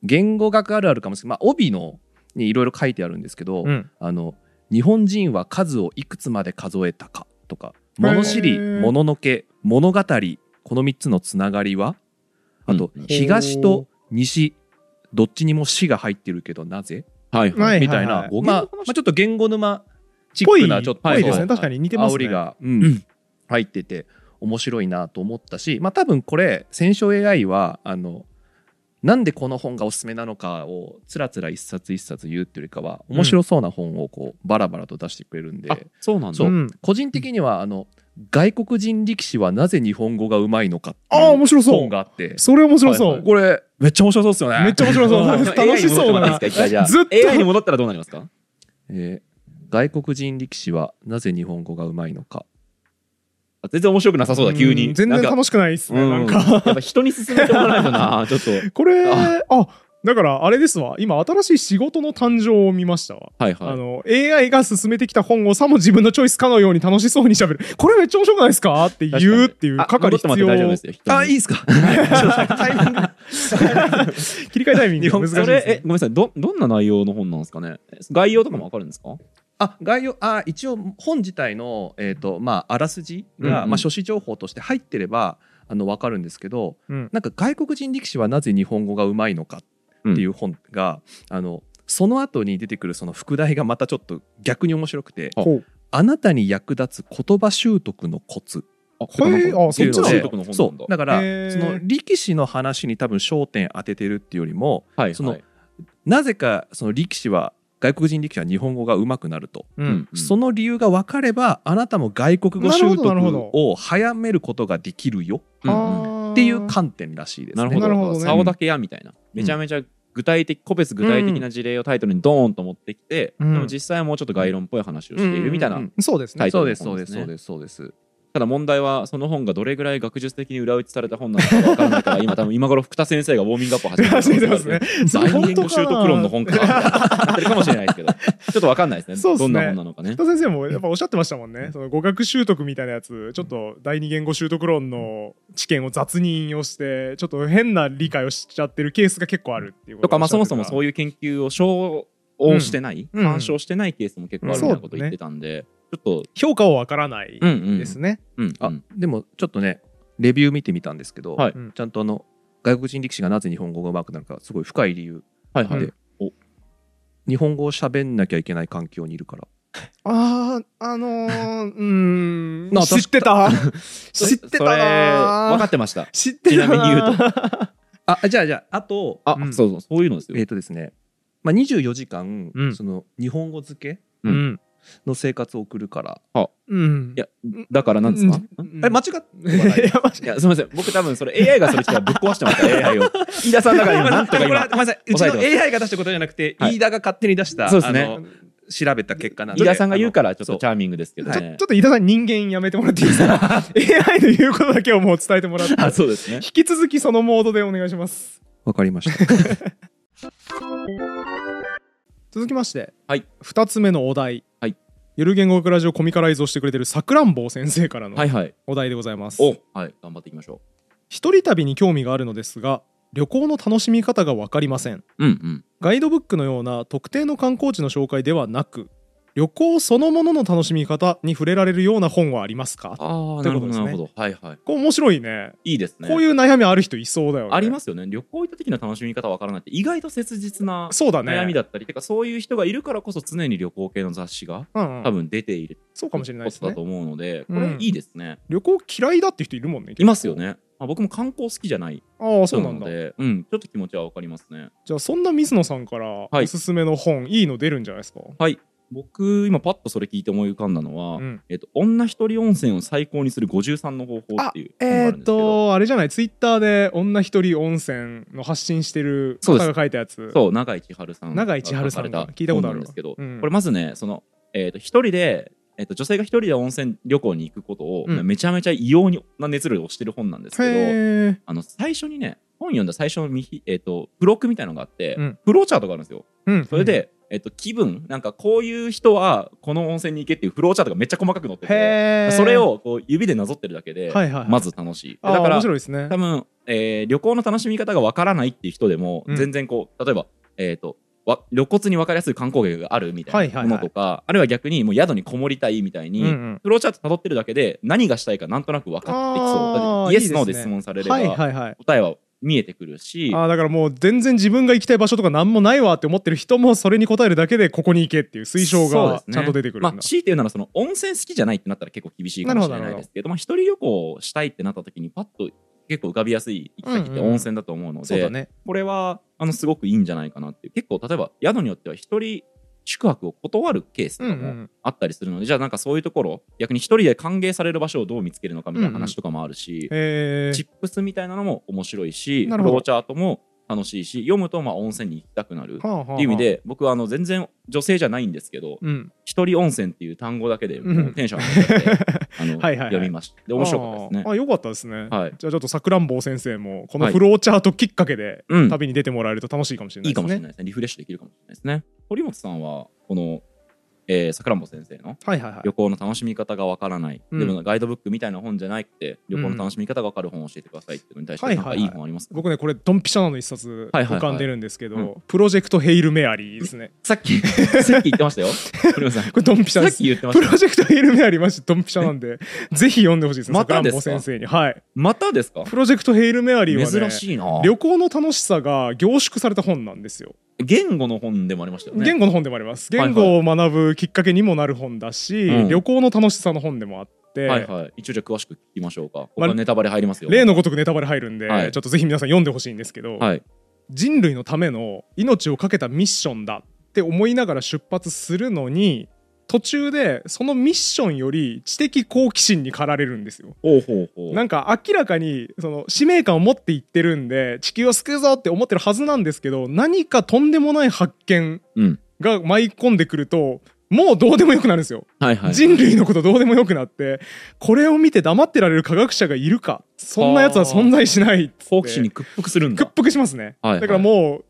Speaker 3: 言語学あるあるかもしれない、まあ、帯のにいろいろ書いてあるんですけど、
Speaker 1: うん
Speaker 3: あの日本人は数をいくつまで数えたかとか物知
Speaker 1: へ
Speaker 3: り
Speaker 1: ー
Speaker 3: 物のけ物語この3つのつながりはあと
Speaker 2: うん
Speaker 3: 東と西どっちにも「し」が入ってるけどなぜ
Speaker 2: はいはい。
Speaker 1: い
Speaker 3: みたい
Speaker 1: は
Speaker 3: な、
Speaker 1: は
Speaker 2: 語源の話
Speaker 3: まあ、まあちょっと言語沼チ
Speaker 1: ぽ
Speaker 3: ッ
Speaker 1: い
Speaker 3: クなちょっと
Speaker 1: ぽいですね。
Speaker 3: はい
Speaker 1: 確かに似てます
Speaker 3: 煽
Speaker 1: ね。
Speaker 3: りが、
Speaker 2: ん
Speaker 3: 入ってて面白いなと思ったし、まあ、多分これ戦勝 AI はあのなんでこの本がおすすめなのかをつらつら一冊一冊言うっていうよりかは
Speaker 1: うん
Speaker 3: 面白そうな本をこうバラバラと出してくれるんで、
Speaker 2: あ、そうなんだ。
Speaker 3: そう
Speaker 1: うん
Speaker 3: 個人的にはあの外国人力士はなぜ日本語がうまいのかって
Speaker 1: ああ
Speaker 3: いう
Speaker 1: 面白そ
Speaker 3: 本
Speaker 1: う。
Speaker 3: があって
Speaker 1: それ面白そう。
Speaker 2: はいはい
Speaker 3: これめっちゃ面白そうですよね。
Speaker 1: めっちゃ面白そう。
Speaker 2: あ
Speaker 1: 楽しそうだ
Speaker 2: AI に戻ってもら
Speaker 1: な
Speaker 2: っていいですか。一回じゃあ
Speaker 1: ずっと
Speaker 2: AI に戻ったらどうなりますか
Speaker 3: えー外国人力士はなぜ日本語がうまいのか
Speaker 2: あ全然面白くなさそうだ、急
Speaker 1: ん
Speaker 2: に。
Speaker 1: 全然
Speaker 2: なんか
Speaker 1: 楽しくないですね。
Speaker 2: うん
Speaker 1: なんか
Speaker 2: やっぱ人に勧めてもらわないとな、ちょっと。
Speaker 1: これ
Speaker 2: あ
Speaker 1: あだからあれですわ。今新しい仕事の誕生を見ましたわ。
Speaker 2: はい
Speaker 1: あ
Speaker 2: はい。
Speaker 1: の AI が進めてきた本をさも自分のチョイスかのように楽しそうに喋るこれめっちゃ面白くないですかって言うっていう
Speaker 2: あ
Speaker 1: 係
Speaker 2: 戻っても
Speaker 1: 必
Speaker 2: らって大丈夫
Speaker 1: 要
Speaker 2: ですよ。
Speaker 3: あいい
Speaker 2: い
Speaker 3: です か
Speaker 1: 切り替えタイミングが難しい
Speaker 2: そ
Speaker 1: で
Speaker 2: れ
Speaker 1: す、
Speaker 2: え
Speaker 1: ね、
Speaker 2: ごめんなさ いどどんな内容の本なんですかねえ概要とかもわかるんですか
Speaker 3: あ概要あ一応本自体の、えーとまあ、あらすじが、
Speaker 2: うんうん
Speaker 3: まあ、書誌情報として入ってればあの分かるんですけど
Speaker 1: うん
Speaker 3: なんか外国人力士はなぜ日本語がうまいのかっていう本が、あのその後に出てくるその副題がまたちょっと逆に面白くて
Speaker 2: あ
Speaker 1: ほう
Speaker 3: 「あなたに役立つ言葉習得のコツ」
Speaker 2: あ
Speaker 1: へーあ
Speaker 3: っていう
Speaker 1: そ
Speaker 3: の
Speaker 1: っち
Speaker 3: で
Speaker 1: 習
Speaker 2: の本なんだ
Speaker 3: そうだから
Speaker 1: へー
Speaker 3: その力士の話に多分焦点当ててるっていうよりも
Speaker 2: はい
Speaker 3: そのなぜかその力士は外国人力士は日本語がうまくなると。
Speaker 1: う
Speaker 2: うんん
Speaker 3: その理由が分かればあなたも外国語習
Speaker 1: なるほどなる
Speaker 3: 得
Speaker 1: ほ
Speaker 3: を早めることができるよ
Speaker 2: うんうん
Speaker 1: あー
Speaker 3: っていう観点らしいですね。
Speaker 2: なるほ
Speaker 1: な
Speaker 2: ど
Speaker 1: るほどね
Speaker 2: 竿だけやみたいな、めちゃめちゃ具体的個別具体的な事例をタイトルにドーンと持ってきて、
Speaker 1: うん
Speaker 2: でも実際はもうちょっと概論っぽい話をしているみたいな、
Speaker 3: うんうんうん
Speaker 1: そうですね
Speaker 2: タイ
Speaker 3: そ
Speaker 2: ト
Speaker 3: う
Speaker 2: ルの
Speaker 3: ですそう
Speaker 2: 本
Speaker 3: で
Speaker 2: ですす
Speaker 3: そう
Speaker 2: ね
Speaker 3: ですそうです。
Speaker 2: ただ問題はその本がどれぐらい学術的に裏打ちされた本なのか分からないから今多分今頃福田先生がウォーミングアップを始めて
Speaker 1: 始めてます ね
Speaker 2: 第二言語習得論の本かみたいななってるかもしれないですけどちょっと分かんないですね
Speaker 1: そうっすね
Speaker 2: どんな本なのかね
Speaker 1: 田先生もやっぱおっしゃってましたもんね、その語学習得みたいなやつちょっと第二言語習得論の知見を雑に引用してちょっと変な理解をしちゃってるケースが結構あるっていうこと
Speaker 2: とかまあそもそも
Speaker 1: う
Speaker 2: そういう研究を小応してない、
Speaker 1: うん
Speaker 2: 干渉してないケースも結構あるみたいなこと言ってたんで、ちょっ
Speaker 1: 評価はわからない
Speaker 2: と、うんうん、
Speaker 1: ですね。
Speaker 2: うん
Speaker 3: あ
Speaker 2: うん
Speaker 3: でもちょっとねレビュー見てみたんですけど、
Speaker 2: はい
Speaker 1: うん
Speaker 3: ちゃんとあの外国人力士がなぜ日本語が上手くなるかすごい深い理由
Speaker 2: はいはい、
Speaker 3: で日本語を喋んなきゃいけない環境にいるから
Speaker 1: あああのー、うーん
Speaker 3: な
Speaker 1: 知ってた
Speaker 2: そ
Speaker 1: 知ってた
Speaker 2: それ分か
Speaker 1: な
Speaker 2: ってました
Speaker 1: 知ってたな
Speaker 2: ちなみに言う
Speaker 3: あじゃあじゃああと
Speaker 2: あ、
Speaker 1: うん
Speaker 2: そうそうそういうのですよ
Speaker 3: えっ、とですね、まあ、24時間、
Speaker 1: うん
Speaker 3: その日本語漬け
Speaker 1: う
Speaker 2: うんん
Speaker 3: の生活を送るから、
Speaker 1: うん
Speaker 2: いやだからなんですか、
Speaker 1: うん
Speaker 3: え間違ってはな い
Speaker 1: いやマジ
Speaker 2: いやすみません僕多分それ AI がそれ来たらぶっ壊してました AI を飯田さんの中で今なんとか
Speaker 3: これは
Speaker 2: 今
Speaker 3: ごめんなさい、うち
Speaker 2: 抑え
Speaker 3: の
Speaker 2: てます
Speaker 3: AI が出したことじゃなくて、
Speaker 2: はい
Speaker 3: 飯田が勝手に出した、
Speaker 2: そうですね
Speaker 3: あの調べた結果なんで、
Speaker 2: 飯田さんが言うからちょっ
Speaker 3: そ
Speaker 2: と
Speaker 3: う
Speaker 2: チャーミングですけど
Speaker 1: ちょ
Speaker 2: ね
Speaker 1: ちょっと飯田さん人間やめてもらっていいです か AI の言うことだけをもう伝えてもらって
Speaker 2: あそうですね
Speaker 1: 引き続きそのモードでお願いします
Speaker 3: わかりました。
Speaker 1: 続きまして、
Speaker 2: はい
Speaker 1: 2つ目のお題、
Speaker 2: はい
Speaker 1: ゆる言語学ラジオコミカライズをしてくれてるさくらんぼ先生からの
Speaker 2: はいはい
Speaker 1: お題でございます、
Speaker 2: おはい頑張っていきましょ
Speaker 1: 一人旅に興味があるのですが旅行の楽しみ方が分かりません
Speaker 2: ううんうん
Speaker 1: ガイドブックのような特定の観光地の紹介ではなく旅行そのものの楽しみ方に触れられるような本はありますか
Speaker 2: ああ
Speaker 1: とい
Speaker 2: な
Speaker 1: う
Speaker 2: る
Speaker 1: こと
Speaker 2: ほど
Speaker 1: ですね
Speaker 2: なるほどはいはい
Speaker 1: これ面白いね
Speaker 2: いいですね
Speaker 1: こういう悩みある人いそうだよね
Speaker 2: ありますよね旅行行った時の楽しみ方わからないって意外と切実な
Speaker 1: そうだね
Speaker 2: 悩みだったり、てかそういう人がいるからこそ常に旅行系の雑誌が
Speaker 1: うんうん
Speaker 2: 多分出ている
Speaker 1: そうかもしれない
Speaker 2: こ
Speaker 1: です
Speaker 2: とだ
Speaker 1: ね
Speaker 2: と思うので、
Speaker 1: うん
Speaker 2: これいいですね、
Speaker 1: 旅行嫌いだって人いるもんね
Speaker 2: いますよね、まあ、僕も観光好きじゃない
Speaker 1: ああそ
Speaker 2: 人
Speaker 1: うなん
Speaker 2: なの
Speaker 1: だ
Speaker 2: でうん、ちょっと気持ちはわかりますね
Speaker 1: じゃあそんな水野さんから
Speaker 2: はい
Speaker 1: おすすめの本、い、いの出るんじゃないですか
Speaker 2: 僕今パッとそれ聞いて思い浮かんだのは、
Speaker 1: うん
Speaker 2: えっと「女一人温泉を最高にする53の方法」っていう本が
Speaker 1: え
Speaker 2: あ
Speaker 1: っ、
Speaker 2: るんですけど、
Speaker 1: とあれじゃないツイッターで女一人温泉の発信してる
Speaker 2: そ
Speaker 1: 方
Speaker 2: うです
Speaker 1: が書いたやつ
Speaker 2: そう長井千春さん
Speaker 1: 長井千春さんが
Speaker 2: が書かれた
Speaker 1: 聞いたことあるわ
Speaker 2: 本なんですけど、
Speaker 1: うん
Speaker 2: これまずねその、えっと一人で、えっと女性が一人で温泉旅行に行くことを、
Speaker 1: うん
Speaker 2: めちゃめちゃ異様にな熱量をしてる本なんですけど
Speaker 1: へえ
Speaker 2: あの最初にね本読んだ最初のみひ、えっと付録みたいなのがあって、
Speaker 1: うん
Speaker 2: フローチャートがあるんですよ。
Speaker 1: うん
Speaker 2: それで、えっと気分なんかこういう人はこの温泉に行けっていうフローチャートがめっちゃ細かく載ってて
Speaker 1: へえ
Speaker 2: それをこう指でなぞってるだけで、
Speaker 1: はいはいはい
Speaker 2: まず楽しい。で
Speaker 1: あ
Speaker 2: だ
Speaker 1: だか
Speaker 2: か
Speaker 1: ら
Speaker 2: ら
Speaker 1: 面白いですね
Speaker 2: 多分、えー旅行の楽しみ方がわからないっていう人でも、
Speaker 1: うん
Speaker 2: 全然こう例えば、えー、とわ露骨に分かりやすい観光客があるみたいなものとか、あるいは逆にもう宿にこもりたいみたいに、
Speaker 1: うんうん
Speaker 2: フローチャート辿ってるだけで何がしたいかなんとなく分かってき
Speaker 1: あ
Speaker 2: そう
Speaker 1: ー
Speaker 2: だって
Speaker 1: いい
Speaker 2: イエ
Speaker 1: です
Speaker 2: ス・
Speaker 1: ね
Speaker 2: ノーで質問されれば、
Speaker 1: はいはいはい
Speaker 2: 答えは見えてくるし
Speaker 1: あーだからもう全然自分が行きたい場所とか何もないわって思ってる人もそれに応えるだけでここに行けっていう推奨
Speaker 2: そうで
Speaker 1: が
Speaker 2: すね
Speaker 1: ちゃんと出てくるん
Speaker 2: ま
Speaker 1: だ、
Speaker 2: あ、強いて言うならその温泉好きじゃないってなったら結構厳しいかもしれ
Speaker 1: なる
Speaker 2: な
Speaker 1: ほ
Speaker 2: い
Speaker 1: ど
Speaker 2: ですけどまあ、一人旅行をしたいってなった時にパッと結構浮かびやすい行き先って温泉だと思うので、
Speaker 1: そうだね
Speaker 2: これはあのすごくいいんじゃないかなっていう結構例えば宿によっては一人宿泊を断るケースと
Speaker 1: うんう
Speaker 2: かも
Speaker 1: ん
Speaker 2: あったりするので、じゃあなんかそういうところ逆に一人で歓迎される場所をどう見つけるのかみたいな話とかもあるし、
Speaker 1: へえ
Speaker 2: チップスみたいなのも面白いしフ
Speaker 1: なる
Speaker 2: ロ
Speaker 1: ほど
Speaker 2: ーチャートも楽しいし読むとまあ温泉に行きたくなる。
Speaker 1: はあはあはあ
Speaker 2: っていう意味で僕はあの全然女性じゃないんですけど
Speaker 1: うん
Speaker 2: 「一人温泉」っていう単語だけでもうテンション上がっちゃってあ の
Speaker 1: はいはいはい
Speaker 2: 読みましたで面白かったです
Speaker 1: あ
Speaker 2: ね
Speaker 1: ーあよかったですね、
Speaker 2: はい
Speaker 1: じゃあちょっとさくらんぼ先生もこの
Speaker 2: はい
Speaker 1: フローチャートきっかけで
Speaker 2: うん
Speaker 1: 旅に出てもらえると楽しいかもしれない
Speaker 2: い
Speaker 1: で
Speaker 2: いか
Speaker 1: す
Speaker 2: もし
Speaker 1: ね、
Speaker 2: れないですね。リフレッシュできるかもしれないですね。堀本さんは、この、えー、桜本先生の
Speaker 1: はいはいはい
Speaker 2: 旅行の楽しみ方がわからない、
Speaker 1: うん
Speaker 2: でもガイドブックみたいな本じゃなくて、旅行の楽しみ方がわかる本を教えてくださいっていうのに対して、
Speaker 1: うん
Speaker 2: なんかいい本ありますか、
Speaker 1: 僕ねこれドンピシャなの一冊
Speaker 2: はいはいはい
Speaker 1: 浮かんでるんですけど、
Speaker 2: う
Speaker 1: プロジェクトヘイルメアリーですね
Speaker 2: さっき、さっき言ってましたよ。堀本さん。
Speaker 1: これドンピシャ
Speaker 2: さ
Speaker 1: で
Speaker 2: っ
Speaker 1: す
Speaker 2: き言ってま
Speaker 1: プ
Speaker 2: したよ。
Speaker 1: ロジェクトヘイルメアリーマジドンピシャなん でぜひ読んでほしいですね
Speaker 2: また
Speaker 1: さく
Speaker 2: で
Speaker 1: らん
Speaker 2: す
Speaker 1: ぼ
Speaker 2: か
Speaker 1: 先生にはい
Speaker 2: またですか
Speaker 1: プロジェクトヘイルメアリーはね
Speaker 2: 珍しいな。
Speaker 1: 旅行の楽しさが凝縮された本なんですよ、
Speaker 2: 言語の本でもありましたよね。
Speaker 1: 言語の本でもあります
Speaker 2: はいは
Speaker 1: 言
Speaker 2: い
Speaker 1: 語を学ぶきっかけにもなる本だし、
Speaker 2: うん
Speaker 1: 旅行の楽しさの本でもあって、
Speaker 2: はいはい。一応じゃあ詳しく聞きましょうか。ここ
Speaker 1: まあ
Speaker 2: はネタバレ入りますよ。
Speaker 1: 例のごとくネタバレ入るんで、
Speaker 2: はい
Speaker 1: ちょっとぜひ皆さん読んでほしいんですけど、
Speaker 2: はい。
Speaker 1: 人類のための命を懸けたミッションだって思いながら出発するのに途中でそのミッションより知的好奇心に駆られるんですよ。
Speaker 2: ほうほうほう。
Speaker 1: なんか明らかにその使命感を持っていってるんで地球を救うぞって思ってるはずなんですけど何かとんでもない発見
Speaker 2: うん
Speaker 1: が舞い込んでくるともうどうでもよくなるんですよ。
Speaker 2: はいはい。
Speaker 1: 人類のことどうでもよくなってこれを見て黙ってられる科学者がいるかそんなやつは存在しないっつって
Speaker 2: 好奇心に屈服するんだ
Speaker 1: 屈。服しますね、
Speaker 2: はいはい
Speaker 1: だからもう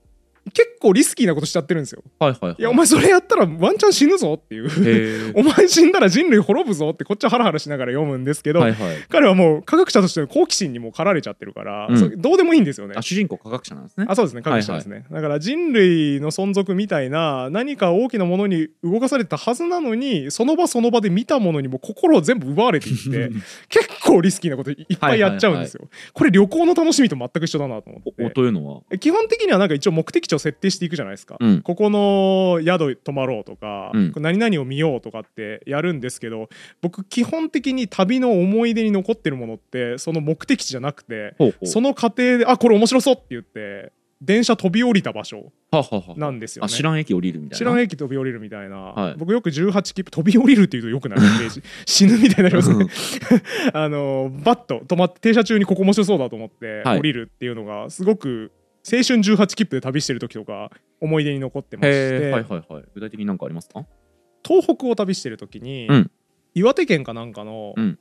Speaker 1: 結構リスキーなことしちゃってるんですよ
Speaker 2: はいはいはい
Speaker 1: いやお前それやったらワンチャン死ぬぞっていう
Speaker 2: へ
Speaker 1: お前死んだら人類滅ぶぞってこっちはハラハラしながら読むんですけ
Speaker 2: ー
Speaker 1: ど、
Speaker 2: はいはい
Speaker 1: 彼はもう科学者としての好奇心にもう駆られちゃってるから、
Speaker 2: うん
Speaker 1: それどうでもいいんですよね
Speaker 2: あ主人公科学者なんですね
Speaker 1: あそうですね科学者ですね、だから人類の存続みたいな何か大きなものに動かされてたはずなのにその場その場で見たものにもう心を全部奪われていって結構リスキーなこといっぱいやっちゃうんですよ、これ旅行の楽しみと全く一緒だなと思
Speaker 2: おお
Speaker 1: って
Speaker 2: というのは
Speaker 1: 基本的にはなんか一応目的地を設定していくじゃないですか、
Speaker 2: うん
Speaker 1: ここの宿泊まろうとか、
Speaker 2: うん
Speaker 1: 何々を見ようとかってやるんですけど僕基本的に旅の思い出に残ってるものってその目的地じゃなくて
Speaker 2: ほうほう
Speaker 1: その過程であこれ面白そうって言って電車飛び降りた場所
Speaker 2: はあはあはあ
Speaker 1: なんですよ
Speaker 2: あ
Speaker 1: ね。
Speaker 2: 知らん駅降りるみたいな
Speaker 1: 知らん駅飛び降りるみたいな、
Speaker 2: はい
Speaker 1: 僕よく18切符飛び降りるっていうとよく ないイメージ死ぬみたいになりますね あのバッと止まって停車中にここ面白そうだと思って
Speaker 2: はい
Speaker 1: 降りるっていうのがすごく青春18切符で旅してる時とか思い出に残ってまし
Speaker 2: へ
Speaker 1: て、
Speaker 2: えはいはいはい具体的に何かありますか
Speaker 1: 東北を旅してる時に、
Speaker 2: うん
Speaker 1: 岩手県かなんかの、
Speaker 2: うん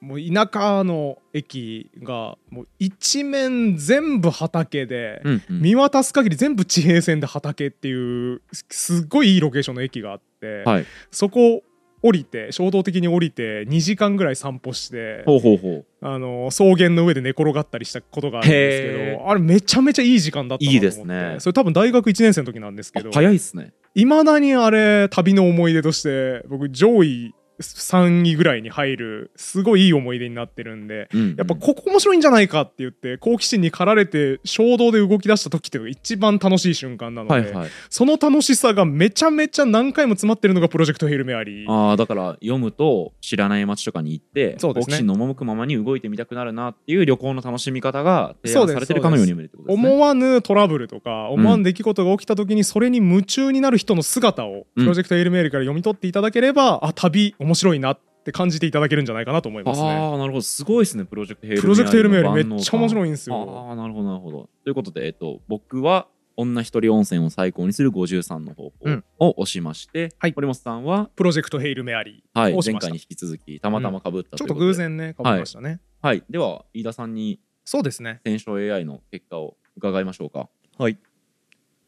Speaker 1: もう田舎の駅がもう一面全部畑で、
Speaker 2: うんうん
Speaker 1: 見渡す限り全部地平線で畑っていうすすっごいいいロケーションの駅があって、
Speaker 2: はい
Speaker 1: そこを降りて衝動的に降りて2時間ぐらい散歩して
Speaker 2: ほうほうほう
Speaker 1: あの草原の上で寝転がったりしたことがあるんですけ
Speaker 2: へ
Speaker 1: どあれめちゃめちゃいい時間だったなと思って
Speaker 2: いいですね
Speaker 1: それ多分大学1年生の時なんですけど
Speaker 2: あ早いっすね
Speaker 1: いまだにあれ旅の思い出として僕上位3位ぐらいに入るすごいいい思い出になってるんで
Speaker 2: うんうん
Speaker 1: やっぱここ面白いんじゃないかって言って好奇心に駆られて衝動で動き出した時っていうのが一番楽しい瞬間なので、
Speaker 2: はいはい
Speaker 1: その楽しさがめちゃめちゃ何回も詰まってるのがプロジェクトヘルメアリー。
Speaker 2: あーだから読むと知らない街とかに行って
Speaker 1: そうですね
Speaker 2: 好奇心の赴くままに動いてみたくなるなっていう旅行の楽しみ方が提
Speaker 1: そう
Speaker 2: 案
Speaker 1: です
Speaker 2: されてるかのように見えるってことですね。
Speaker 1: 思わぬトラブルとか思わぬ出来事が起きた時にそれに夢中になる人の姿を
Speaker 2: う
Speaker 1: プ
Speaker 2: ん
Speaker 1: ロジェクトヘルメアリーから読み取っていただければ、あ旅面白いなって感じていただけるんじゃないかなと思い
Speaker 2: あ
Speaker 1: ますね。
Speaker 2: あーなるほどすごいですねプロジェクトヘルメアリー
Speaker 1: プロジェクトヘルメアリーめっちゃ面白い
Speaker 2: い
Speaker 1: んですよ。
Speaker 2: ああなるほどなるほど。ということで、えっと、僕は女一人温泉を最高にする53の方
Speaker 1: うん
Speaker 2: 法を押しまして、
Speaker 1: はい
Speaker 2: 堀本さんは、
Speaker 1: プロジェクトヘイルメアリ
Speaker 2: はい、
Speaker 1: 押し
Speaker 2: 前
Speaker 1: ました
Speaker 2: 回に引き続きたまたま被っ
Speaker 1: ー
Speaker 2: た
Speaker 1: ちょっ
Speaker 2: ということとで、
Speaker 1: 偶然ねかぶりましたね。
Speaker 2: はいでは飯田さんに
Speaker 1: そうですね。
Speaker 2: 検証 AI の結果を伺いましょうか。
Speaker 3: はい、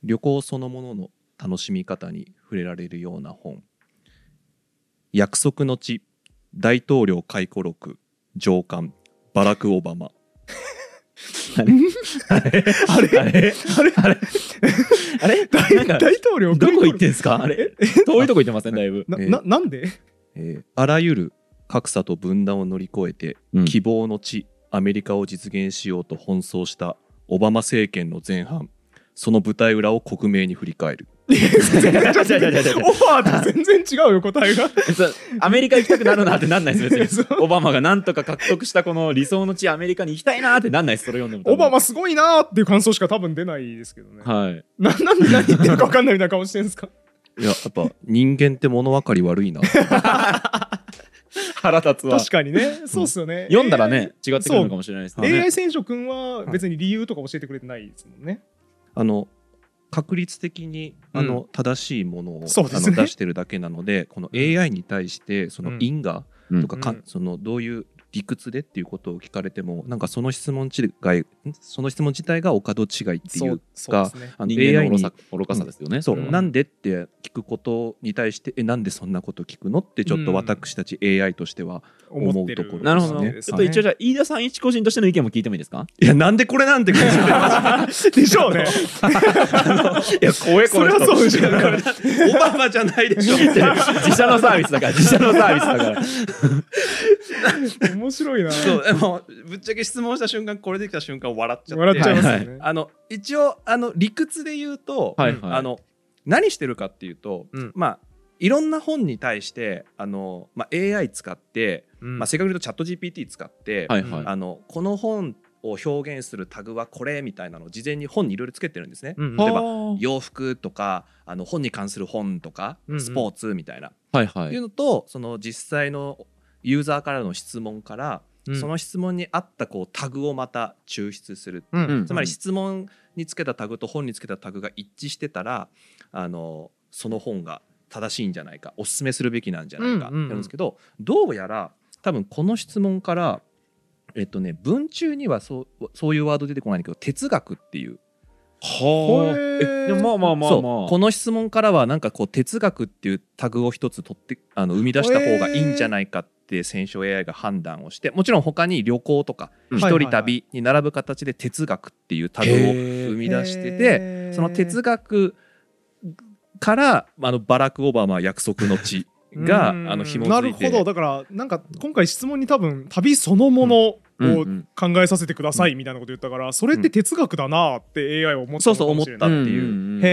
Speaker 3: 旅行そのものの楽しみ方に触れられるような本「約束の地大統領回顧録上官バラク・オバマ
Speaker 1: あれあれあれ
Speaker 2: あ れ
Speaker 1: 大大統領
Speaker 2: どこ行ってんすかあれ遠いとこ行ってませんだいぶ。
Speaker 1: な
Speaker 3: えー
Speaker 1: ななんで、」
Speaker 3: えーあらゆる格差と分断を乗り越えて
Speaker 2: うん
Speaker 3: 希望の地アメリカを実現しようと奔走したオバマ政権の前半その舞台裏を克明に振り返る
Speaker 2: 違う違う違う違う
Speaker 1: オファーと全然違うよ答えが
Speaker 2: そうアメリカ行きたくなるなってなんないです別
Speaker 1: そ
Speaker 2: に
Speaker 1: う。
Speaker 2: オバマがなんとか獲得したこの理想の地アメリカに行きたいなってなんないですそれ読んでも多
Speaker 1: オ
Speaker 2: 分。
Speaker 1: バマすごいなーっていう感想しか多分出ないですけどね、
Speaker 2: はい。
Speaker 1: ななんで何言ってるか分かんないみたいな顔してるんですか
Speaker 3: いややっぱ人間って物分かり悪い な
Speaker 2: 腹立つわ。
Speaker 1: 確かにねそうっすよね
Speaker 2: 読んだらね、違ってくるのかもしれないです
Speaker 1: AI,
Speaker 2: ね。
Speaker 1: 選手君は別に理由とか教えてくれてないですもんね、
Speaker 3: あの確率的にあの、
Speaker 1: う
Speaker 3: 正しいものを、
Speaker 1: そうで
Speaker 3: あ
Speaker 1: すね
Speaker 3: の出してるだけなのでこの AI に対してそうの
Speaker 1: ん
Speaker 3: 因果とかか、
Speaker 1: うん
Speaker 3: そのどういう理屈でっていうことを聞かれてもなんかその質問自体その質問自体がお門違いってい
Speaker 1: そううそうですね
Speaker 3: あの
Speaker 2: 人間
Speaker 3: AI
Speaker 2: の愚
Speaker 3: に
Speaker 2: さ愚かさですよね。
Speaker 3: そう、
Speaker 1: うん
Speaker 3: なんでって聞くことに対してえなんでそんなこと聞くのってちょっ
Speaker 1: う
Speaker 3: と
Speaker 1: ん
Speaker 3: 私たち AI としては、
Speaker 1: 思ってる
Speaker 3: 思うところ
Speaker 2: なるほど。
Speaker 3: そう
Speaker 2: ち
Speaker 3: で
Speaker 2: ょっ
Speaker 3: すね
Speaker 2: と一応じゃあ、飯田さん一個人としての意見も聞いてもいいですか
Speaker 3: いやなんでこれなんて
Speaker 1: でしょ うね
Speaker 2: いや、怖え
Speaker 1: この人
Speaker 2: う
Speaker 1: いやこ れ
Speaker 3: オバマじゃないでしょ
Speaker 2: 自社のサービスだから、自社のサービスだから。
Speaker 1: 面白いな
Speaker 3: そうで もぶっちゃけ質問した瞬間これできた瞬間笑っちゃって
Speaker 1: 笑っちゃいますよね、
Speaker 2: はい
Speaker 3: あの一応あの理屈で言うと、
Speaker 2: はいはい。
Speaker 3: あ、の何してるかっていうと、
Speaker 1: うん
Speaker 3: まあいろんな本に対してあの、まあ、AI 使って、
Speaker 1: うん
Speaker 3: まあ、正確に言うとチャット GPT 使って、
Speaker 2: はいはい。
Speaker 3: あのこの本を表現するタグはこれみたいなのを事前に本にいろいろつけてるんですね。
Speaker 1: うん
Speaker 3: 例えば
Speaker 2: は
Speaker 3: 洋服とかあの本に関する本とか
Speaker 1: うんうん
Speaker 3: スポーツみたいな、
Speaker 2: あはいは
Speaker 3: ってい
Speaker 2: い。
Speaker 3: うのとその実際のユーザーからの質問から、その質問に合ったこうタグをまた抽出する
Speaker 1: うん
Speaker 2: うん
Speaker 3: つまり質問につけたタグと本につけたタグが一致してたらあのその本が正しいんじゃないかおすすめするべきなんじゃないかっ
Speaker 1: うん
Speaker 3: て
Speaker 1: うんうん
Speaker 3: やるんですけど、どうやら多分この質問からえっとね文中にはそうそういうワード出てこないんだけど哲学っていう
Speaker 2: はあ。
Speaker 1: へえ
Speaker 2: でもまあまあまあま
Speaker 3: そ
Speaker 2: あ。
Speaker 3: うこの質問からはなんかこう哲学っていうタグを一つ取ってあの生み出した方がいいんじゃないかって選手 AI が判断をしてもちろん他に旅行とか
Speaker 2: うん
Speaker 3: 一人旅に並ぶ形で哲学っていうタグを生み出してて
Speaker 1: へー
Speaker 3: その哲学からあのバラク・オバマ約束の地があ
Speaker 1: うん
Speaker 3: の紐
Speaker 1: な
Speaker 3: づ
Speaker 1: る
Speaker 3: いて
Speaker 1: ほどだからなんか今回質問に多分旅そのものを
Speaker 2: うんう
Speaker 1: 考
Speaker 2: ん
Speaker 1: えさせてくださいみたいなこと言ったからそれって哲学だなって AI は思った
Speaker 3: そ
Speaker 1: の
Speaker 3: うそ
Speaker 1: か
Speaker 3: う思
Speaker 1: も
Speaker 3: っ
Speaker 1: しれ
Speaker 3: た
Speaker 1: な
Speaker 3: っ
Speaker 1: い
Speaker 3: て
Speaker 2: うん
Speaker 3: いう
Speaker 2: うんうん
Speaker 1: へ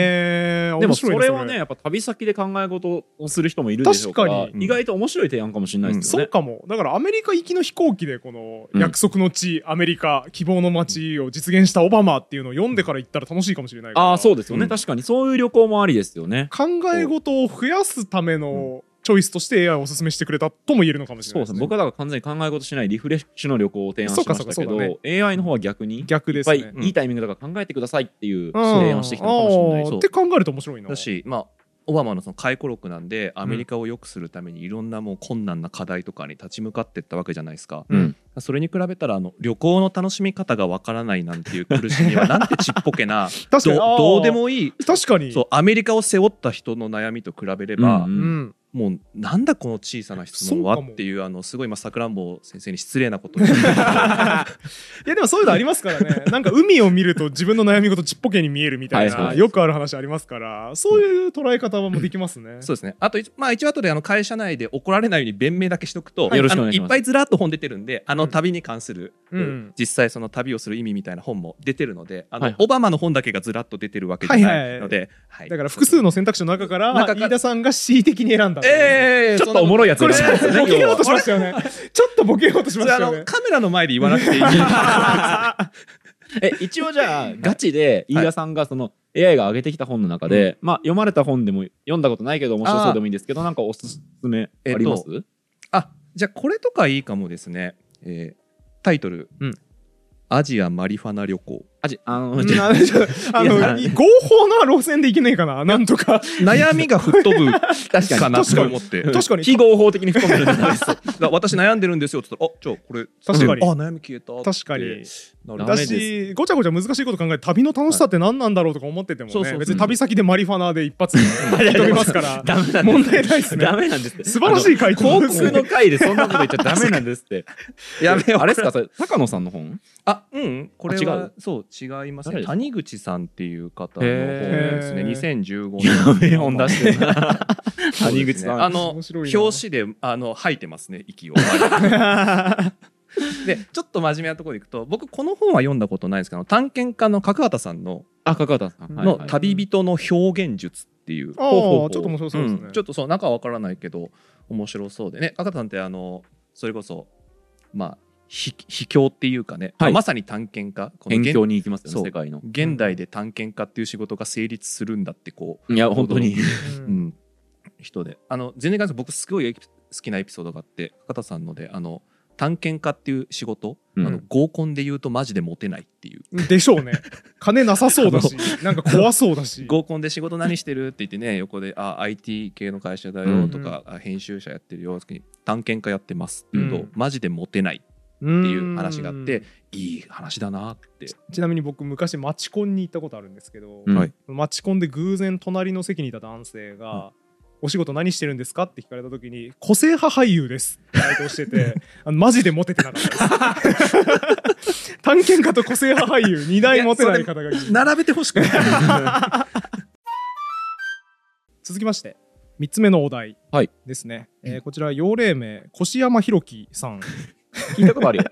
Speaker 1: え
Speaker 2: でもそれはねやっぱ旅先で考え事をする人もいるでしょうから
Speaker 1: 確か
Speaker 3: に
Speaker 2: 意外と面白い提案かもしれないです
Speaker 1: そ
Speaker 2: よ
Speaker 1: う
Speaker 2: ね。
Speaker 1: かもだからアメリカ行きの飛行機でこの
Speaker 2: うん
Speaker 1: 約束の地、アメリカ希望の街を実現したオバマっていうのを読んでから行ったら楽しいかもしれないから
Speaker 2: ああそうですよね、
Speaker 3: うん
Speaker 2: 確かにそういう旅行もありですよね。
Speaker 1: 考え事を増やすためのチョイスとして AI をおすすめしてくれたとも言えるのかもしれ
Speaker 2: そ
Speaker 1: な
Speaker 2: う
Speaker 1: い
Speaker 2: ですね僕はだから完全に考え事しないリフレッシュの旅行を提案
Speaker 1: そう
Speaker 2: し
Speaker 1: かそ
Speaker 2: まし
Speaker 1: うか
Speaker 2: たけど、
Speaker 1: そう
Speaker 2: AI の方は逆にいっ
Speaker 1: 逆です
Speaker 2: ぱい
Speaker 1: ね
Speaker 3: うん
Speaker 2: いいタイミングだから考えてくださいってい
Speaker 1: う
Speaker 2: う
Speaker 1: ん
Speaker 2: 提案をしてきたのかもしれない
Speaker 1: あ
Speaker 2: し
Speaker 1: ー
Speaker 3: そう
Speaker 1: って考えると面白いな
Speaker 3: だし、まあ、オバマのその回顧録なんでアメリカを良くするためにいろんなもう困難な課題とかに立ち向かっていったわけじゃないですか、
Speaker 2: うん
Speaker 3: それに比べたらあの旅行の楽しみ方がわからないなんていう苦しみはなんてちっぽけな
Speaker 1: 確か
Speaker 3: ど
Speaker 1: にあー
Speaker 3: どうでもいい
Speaker 1: 確かに
Speaker 3: そうアメリカを背負った人の悩みと比べれば、
Speaker 2: うん
Speaker 1: うん
Speaker 3: もうなんだこの小さな質問は
Speaker 1: そうかも
Speaker 3: っていうあのすごい今さくらんぼ先生に失礼なことを 言って
Speaker 1: いやでもそういうのありますからねなんか海を見ると自分の悩み事ちっぽけに見えるみたい
Speaker 2: はい
Speaker 1: な
Speaker 2: はい
Speaker 1: よくある話ありますからそういう捉え方もできますね
Speaker 3: そうですねあと一,、まあ、一応後であの会社内で怒られないように弁明だけしとくと、
Speaker 2: はいよろしくお願いし
Speaker 3: あの
Speaker 2: ます
Speaker 3: っぱいずらっと本出てるんであの旅に関する、
Speaker 1: うん
Speaker 3: 実際その旅をする意味みたいな本も出てるのであの、
Speaker 2: はいはい
Speaker 3: オバマの本だけがずらっと出てるわけじゃないので、はい
Speaker 1: だから複数の選択肢の中から
Speaker 3: 中から
Speaker 1: 飯田さんが恣意的に選んだっていう
Speaker 3: ええ
Speaker 2: ちょっとおも
Speaker 3: ろ
Speaker 2: ろ
Speaker 3: い
Speaker 2: いやつ
Speaker 1: これ
Speaker 2: ですね
Speaker 1: ボケようとしましたよね。ちょっとボケようとしました
Speaker 3: あ
Speaker 1: よ
Speaker 3: の
Speaker 1: ね。
Speaker 3: カメラの前で言わなく ていい
Speaker 2: え一応じゃあガチで飯田さんがその AI が上げてきた本の中で、まあ読まれた本でも読んだことないけど面白そうでもいいんですけどなんかおすすめあります、
Speaker 3: あじゃあこれとかいいかもですね、えータイトル、
Speaker 2: うん
Speaker 3: アジアマリファナ旅行
Speaker 2: あじあの、
Speaker 1: うん
Speaker 2: じゃあ
Speaker 1: あのちょっとあの
Speaker 2: いや
Speaker 1: 合法な路線でいけないかな、なんとか。
Speaker 3: 悩みが吹っ飛ぶ
Speaker 2: 確か
Speaker 3: か
Speaker 2: に
Speaker 3: なと思って
Speaker 1: 確かに
Speaker 2: 非合法的に含めるん です
Speaker 3: だから私悩んでるんですよって言ったら「あじゃあこれ
Speaker 1: 確かに
Speaker 3: あ悩み消えた」
Speaker 1: 確かに。
Speaker 3: なるほど
Speaker 2: ダメ
Speaker 1: だ
Speaker 2: です
Speaker 1: し、ごちゃごちゃ難しいこと考えて、旅の楽しさって何なんだろうとか思ってても
Speaker 3: そうそうそ
Speaker 1: ね、
Speaker 3: う
Speaker 1: 別に旅先でマリファナで一発で吹き飛びますから、
Speaker 2: ダメなんです
Speaker 1: 問題ないですね
Speaker 2: ダ。メなんですって
Speaker 1: 素晴らしい回答
Speaker 2: 広
Speaker 1: です
Speaker 2: 告
Speaker 1: ね
Speaker 2: の。回でそんなこと言っちゃダメなんですって
Speaker 3: やべえ
Speaker 2: あれですかそれ高野さんの本
Speaker 3: あ、うん、これ
Speaker 2: あ違
Speaker 3: は
Speaker 2: う
Speaker 3: そう違います
Speaker 2: 誰で
Speaker 3: ね。
Speaker 2: す
Speaker 3: 谷口さんっていう方の本ですね。
Speaker 1: へー
Speaker 3: 2015
Speaker 2: やべえ
Speaker 3: 年
Speaker 2: 本出 してるな
Speaker 3: そう
Speaker 2: 谷
Speaker 3: で
Speaker 2: 口
Speaker 3: すね
Speaker 2: さん
Speaker 3: あの
Speaker 1: 面
Speaker 3: 表
Speaker 1: 白いな
Speaker 3: 紙であの吐いてますね 息を。はいでちょっと真面目なところでいくと僕この本は読んだことないんですけど探検家の角畑さんの
Speaker 2: あ角畑さん
Speaker 3: の
Speaker 2: はいはい
Speaker 3: 旅人の表現術ってい
Speaker 1: あ
Speaker 3: う。
Speaker 1: あ、ち
Speaker 2: ほうほ
Speaker 1: ょ
Speaker 2: う
Speaker 1: っと面白そううです
Speaker 3: ん
Speaker 1: ね
Speaker 3: ちょ。っとそう中はわからないけど面白そうでね赤田さんってあのそれこそまあひ秘境っていうかね、
Speaker 2: はい
Speaker 3: まさに探検家この
Speaker 2: 辺
Speaker 3: 現
Speaker 2: 境に行きますよ
Speaker 3: そ
Speaker 2: ね
Speaker 3: う
Speaker 2: 世界の
Speaker 3: 現代で探検家っていう仕事が成立するんだってこ
Speaker 2: いや本当に
Speaker 3: う、
Speaker 1: うん
Speaker 3: うん人であの全然関係ない僕すごいエピ好きなエピソードがあって高田さんのであの探検家っていう仕事、
Speaker 2: うん
Speaker 3: あの合コンで言うとマジでモテないっていう
Speaker 1: でしょうね。金なさそうだ し、なんか怖そうだし。
Speaker 3: 合コンで仕事何してるって言ってね横で「あ IT 系の会社だよ」とか、あ編集者やってるよ」って時に探検家やってます」って言うと、
Speaker 1: うん
Speaker 3: マジでモテない
Speaker 1: て
Speaker 3: っていう話があって、いい話だなって。
Speaker 1: ちなみに僕昔マチコンに行ったことあるんですけど、
Speaker 2: うん
Speaker 3: はい
Speaker 1: マチコンで偶然隣の席にいた男性が「お仕事何してるんですか?」って聞かれた時に「個性派俳優です」って回答しててあのマジでモテてなかったです探検家と個性派 俳優2大モテない方がいる
Speaker 3: 並べてほしくない
Speaker 1: 続きまして3つ目のお題
Speaker 2: はい
Speaker 1: ですね、えーこちら幼霊名越山弘樹さん
Speaker 2: 聞いたことあるよ
Speaker 1: あ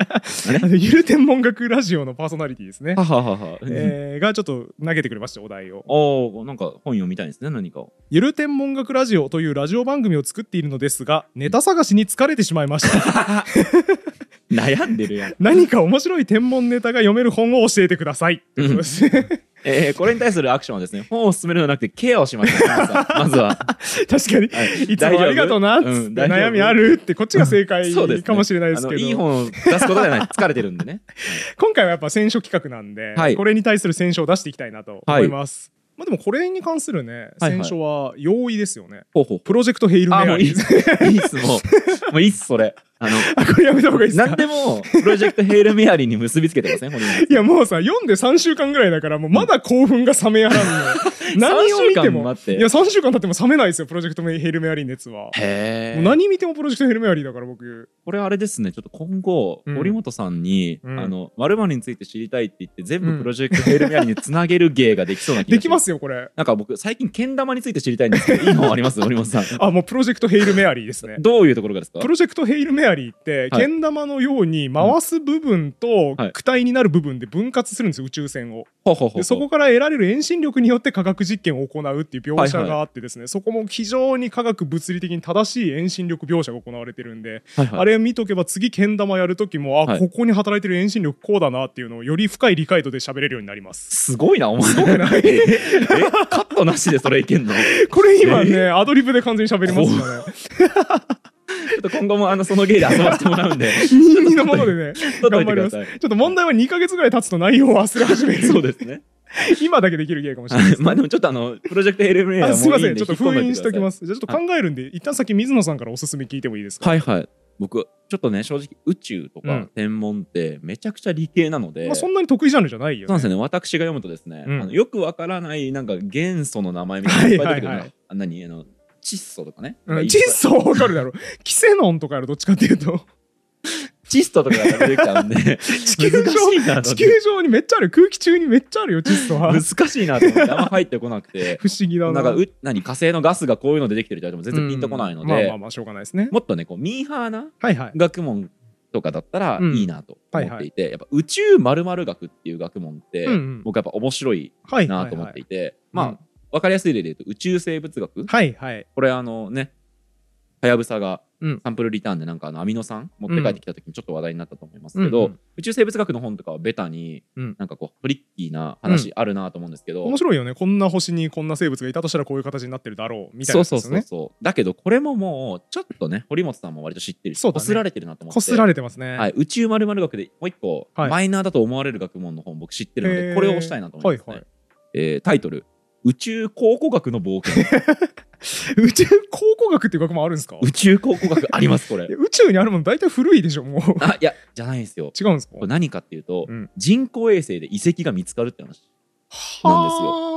Speaker 1: のゆる天文学ラジオのパーソナリティですね
Speaker 2: は、ははは
Speaker 1: えーがちょっと投げてくれましたお題を
Speaker 2: おおなんか本読みたいですね何か を
Speaker 1: ゆる天文学ラジオというラジオ番組を作っているのですが、ネタ探しに疲れてしまいま した。
Speaker 2: 悩んでるやん
Speaker 1: 何か面白い天文ネタが読める本を教えてください。という ことですね
Speaker 2: えーこれに対するアクションはですね本を進めるのではなくてケアをしましょう皆 さんまずは
Speaker 1: 確かに、
Speaker 2: はい
Speaker 1: い、つもありがとうなっつって、
Speaker 2: うん大丈夫
Speaker 1: 悩みあるって、こっちが正解
Speaker 2: そうですね
Speaker 1: かもしれないで
Speaker 2: あ
Speaker 1: す
Speaker 2: の
Speaker 1: けど、
Speaker 2: いい本を出すことじゃない疲れてるんでね
Speaker 1: 今回はやっぱ選書企画なんで、
Speaker 2: はい
Speaker 1: これに対する選書を出していきたいなと思います。まあでもこれに関するね、
Speaker 2: はい
Speaker 1: 選書は容易ですよね。
Speaker 2: ほうほう
Speaker 1: プロジェクトヘイルメ
Speaker 2: あ
Speaker 1: ア
Speaker 2: もういい
Speaker 1: リ
Speaker 2: っ
Speaker 1: ーズ。
Speaker 2: すいいっすもうもういいっすそれあの、
Speaker 1: あ これやめた方がいいです
Speaker 2: 何
Speaker 1: か
Speaker 2: でも、プロジェクトヘイルメアリーに結びつけてません、ね、これ。
Speaker 1: いやもうさ読んで3週間ぐらいだからもうまだ興奮が冷めやらんのよ 何を見ても
Speaker 2: 三週間待って
Speaker 1: いや3週間経っても冷めないですよプロジェクトヘイルメアリー熱は、
Speaker 2: へ
Speaker 1: もう何見てもプロジェクトヘイルメアリーだから僕
Speaker 2: これあれですね、ちょっと今後、
Speaker 1: うん
Speaker 2: 堀本さんに、
Speaker 1: うん
Speaker 2: あの、〇〇について知りたいって言って、全
Speaker 1: う
Speaker 2: 部
Speaker 1: ん
Speaker 2: プロジェクトヘイルメアリーにつなげる芸ができそうな気が。
Speaker 1: できますすよこれ
Speaker 2: なんか僕、最近、けん玉について知りたいんですけ ど、いいのあります堀本さん。
Speaker 1: あもうプロジェクトヘイルメアリー ですね
Speaker 2: どういうところがですか
Speaker 1: プロジェクトヘイルメアリーって、
Speaker 2: はい
Speaker 1: けん玉のように回す部分と
Speaker 2: はい
Speaker 1: 躯体になる部分で分割するんですよ宇宙船を
Speaker 2: ほうほうほう
Speaker 1: でそこから得られる遠心力によって科学実験を行うっていう描写
Speaker 2: はいはい
Speaker 1: があってですね、そこも非常に科学物理的に正しい遠心力描写が行われてるんで、
Speaker 2: はいはい
Speaker 1: あれ見とけば次けん玉やる時もあ、
Speaker 2: はい
Speaker 1: ここに働いてる遠心力こうだなっていうのをより深い理解度で喋れるようになります。
Speaker 2: すごいな、お前。
Speaker 1: すごくない
Speaker 2: え、カットなしでそれいけんのち
Speaker 1: これ今
Speaker 2: え
Speaker 1: ねアドリブで完全に喋りますからね
Speaker 2: ょっと今後もあの、その芸で遊ばせてもらうんで、
Speaker 1: 任意のものでね
Speaker 2: 撮っと
Speaker 1: 頑
Speaker 2: いて
Speaker 1: 張り
Speaker 2: くだ
Speaker 1: ます
Speaker 2: さい。
Speaker 1: ちょっと問題は2ヶ月ぐらい経つと内容を忘れ始める
Speaker 2: そうですね。
Speaker 1: 今だけできる芸かもしれないです
Speaker 2: まあでもちょっとあの、プロジェクトヘルメアリー
Speaker 1: あ
Speaker 2: は
Speaker 1: すいま
Speaker 2: もうい
Speaker 1: せ
Speaker 2: いん
Speaker 1: ん
Speaker 2: で
Speaker 1: ちょっと
Speaker 2: 引き込ん
Speaker 1: 封
Speaker 2: でおい
Speaker 1: 印し
Speaker 2: て
Speaker 1: と
Speaker 2: くださ
Speaker 1: き
Speaker 2: い
Speaker 1: ますじゃあちょっと考えるんで一旦先水野さんからおすすめ聞いてもいいですか
Speaker 2: はいはい。僕、ちょっとね、正直、宇宙と
Speaker 1: う
Speaker 2: か
Speaker 1: ん
Speaker 2: 天文ってめちゃくちゃ理系なので、
Speaker 1: まあそんなに得意ジャンルじゃないよ
Speaker 2: そうな
Speaker 1: ね
Speaker 2: んですよね、私が読むとですね、
Speaker 1: うん
Speaker 2: あのよくわからない、なんか元素の名前みたいなのがいっぱい出てくる
Speaker 1: はいは
Speaker 2: の
Speaker 1: いは
Speaker 2: よあ何あの、窒素とかね。
Speaker 1: うん窒素はわかるだろう。キセノンとかやろ、どっちかって いうと。
Speaker 2: 窒素とかが出てきちゃう んで、地
Speaker 1: 球上
Speaker 2: 難しいなと
Speaker 1: 地球上にめっちゃある。空気中にめっちゃあるよ、窒素は
Speaker 2: 思っ。て。難しいなと思って、あんま入ってこなくて、
Speaker 1: 不思議だな。
Speaker 2: なんかう何火星のガスがこういうの出てきてるって言われても全然ピンとこないの
Speaker 1: うんまあま
Speaker 2: で
Speaker 1: あ、まあ、しょうがないですね。
Speaker 2: もっとね、こう、ミーハーな
Speaker 1: はいはい。
Speaker 2: 学問とかだったら
Speaker 1: うん
Speaker 2: いいなと思っていて、やっぱ宇宙〇〇学っていう学問って、
Speaker 1: うんうん
Speaker 2: 僕はやっぱ面白い
Speaker 1: はいはい
Speaker 2: な
Speaker 1: はい。
Speaker 2: と思っていて、
Speaker 1: う
Speaker 2: まあ
Speaker 1: ん
Speaker 2: 分かりやすい例で言うと宇宙生物学、
Speaker 1: はいはい。
Speaker 2: これあのねはやぶさが
Speaker 1: うん
Speaker 2: サンプルリターンでなんかあのアミノ酸持って帰ってきた時にちょっと話題になったと思いますけど、
Speaker 1: うんうん
Speaker 2: 宇宙生物学の本とかはベタに
Speaker 1: うん
Speaker 2: なんかこうトリッキーな話あるなと思うんですけど、
Speaker 1: 面白いよね。こんな星にこんな生物がいたとしたらこういう形になってるだろう。みたいな
Speaker 2: そう
Speaker 1: やつで
Speaker 2: そう
Speaker 1: すよ
Speaker 2: そう
Speaker 1: ね。
Speaker 2: そうだけどこれももうちょっとね堀本さんも割と知ってるし
Speaker 1: そうだ
Speaker 2: こ
Speaker 1: ね
Speaker 2: す、られてるなと思って
Speaker 1: こすられてますね。
Speaker 2: はい、宇宙まる学でもう一個、
Speaker 1: はい
Speaker 2: マイナーだと思われる学問の本僕知ってるの
Speaker 1: へー
Speaker 2: でこれを押したいなと思います
Speaker 1: は
Speaker 2: ね、
Speaker 1: いはい
Speaker 2: えータイトル「宇宙考古学の 冒険」
Speaker 1: 宇宙考古学っていう学問あるんですか
Speaker 2: 宇宙考古学あります これ
Speaker 1: いや宇宙にあるもの大体古いでしょ、もう。
Speaker 2: あいやじゃないんですよ
Speaker 1: 違うんですか
Speaker 2: これ何かっていうと、
Speaker 1: うん
Speaker 2: 人工衛星で遺跡が見つかるって話
Speaker 1: は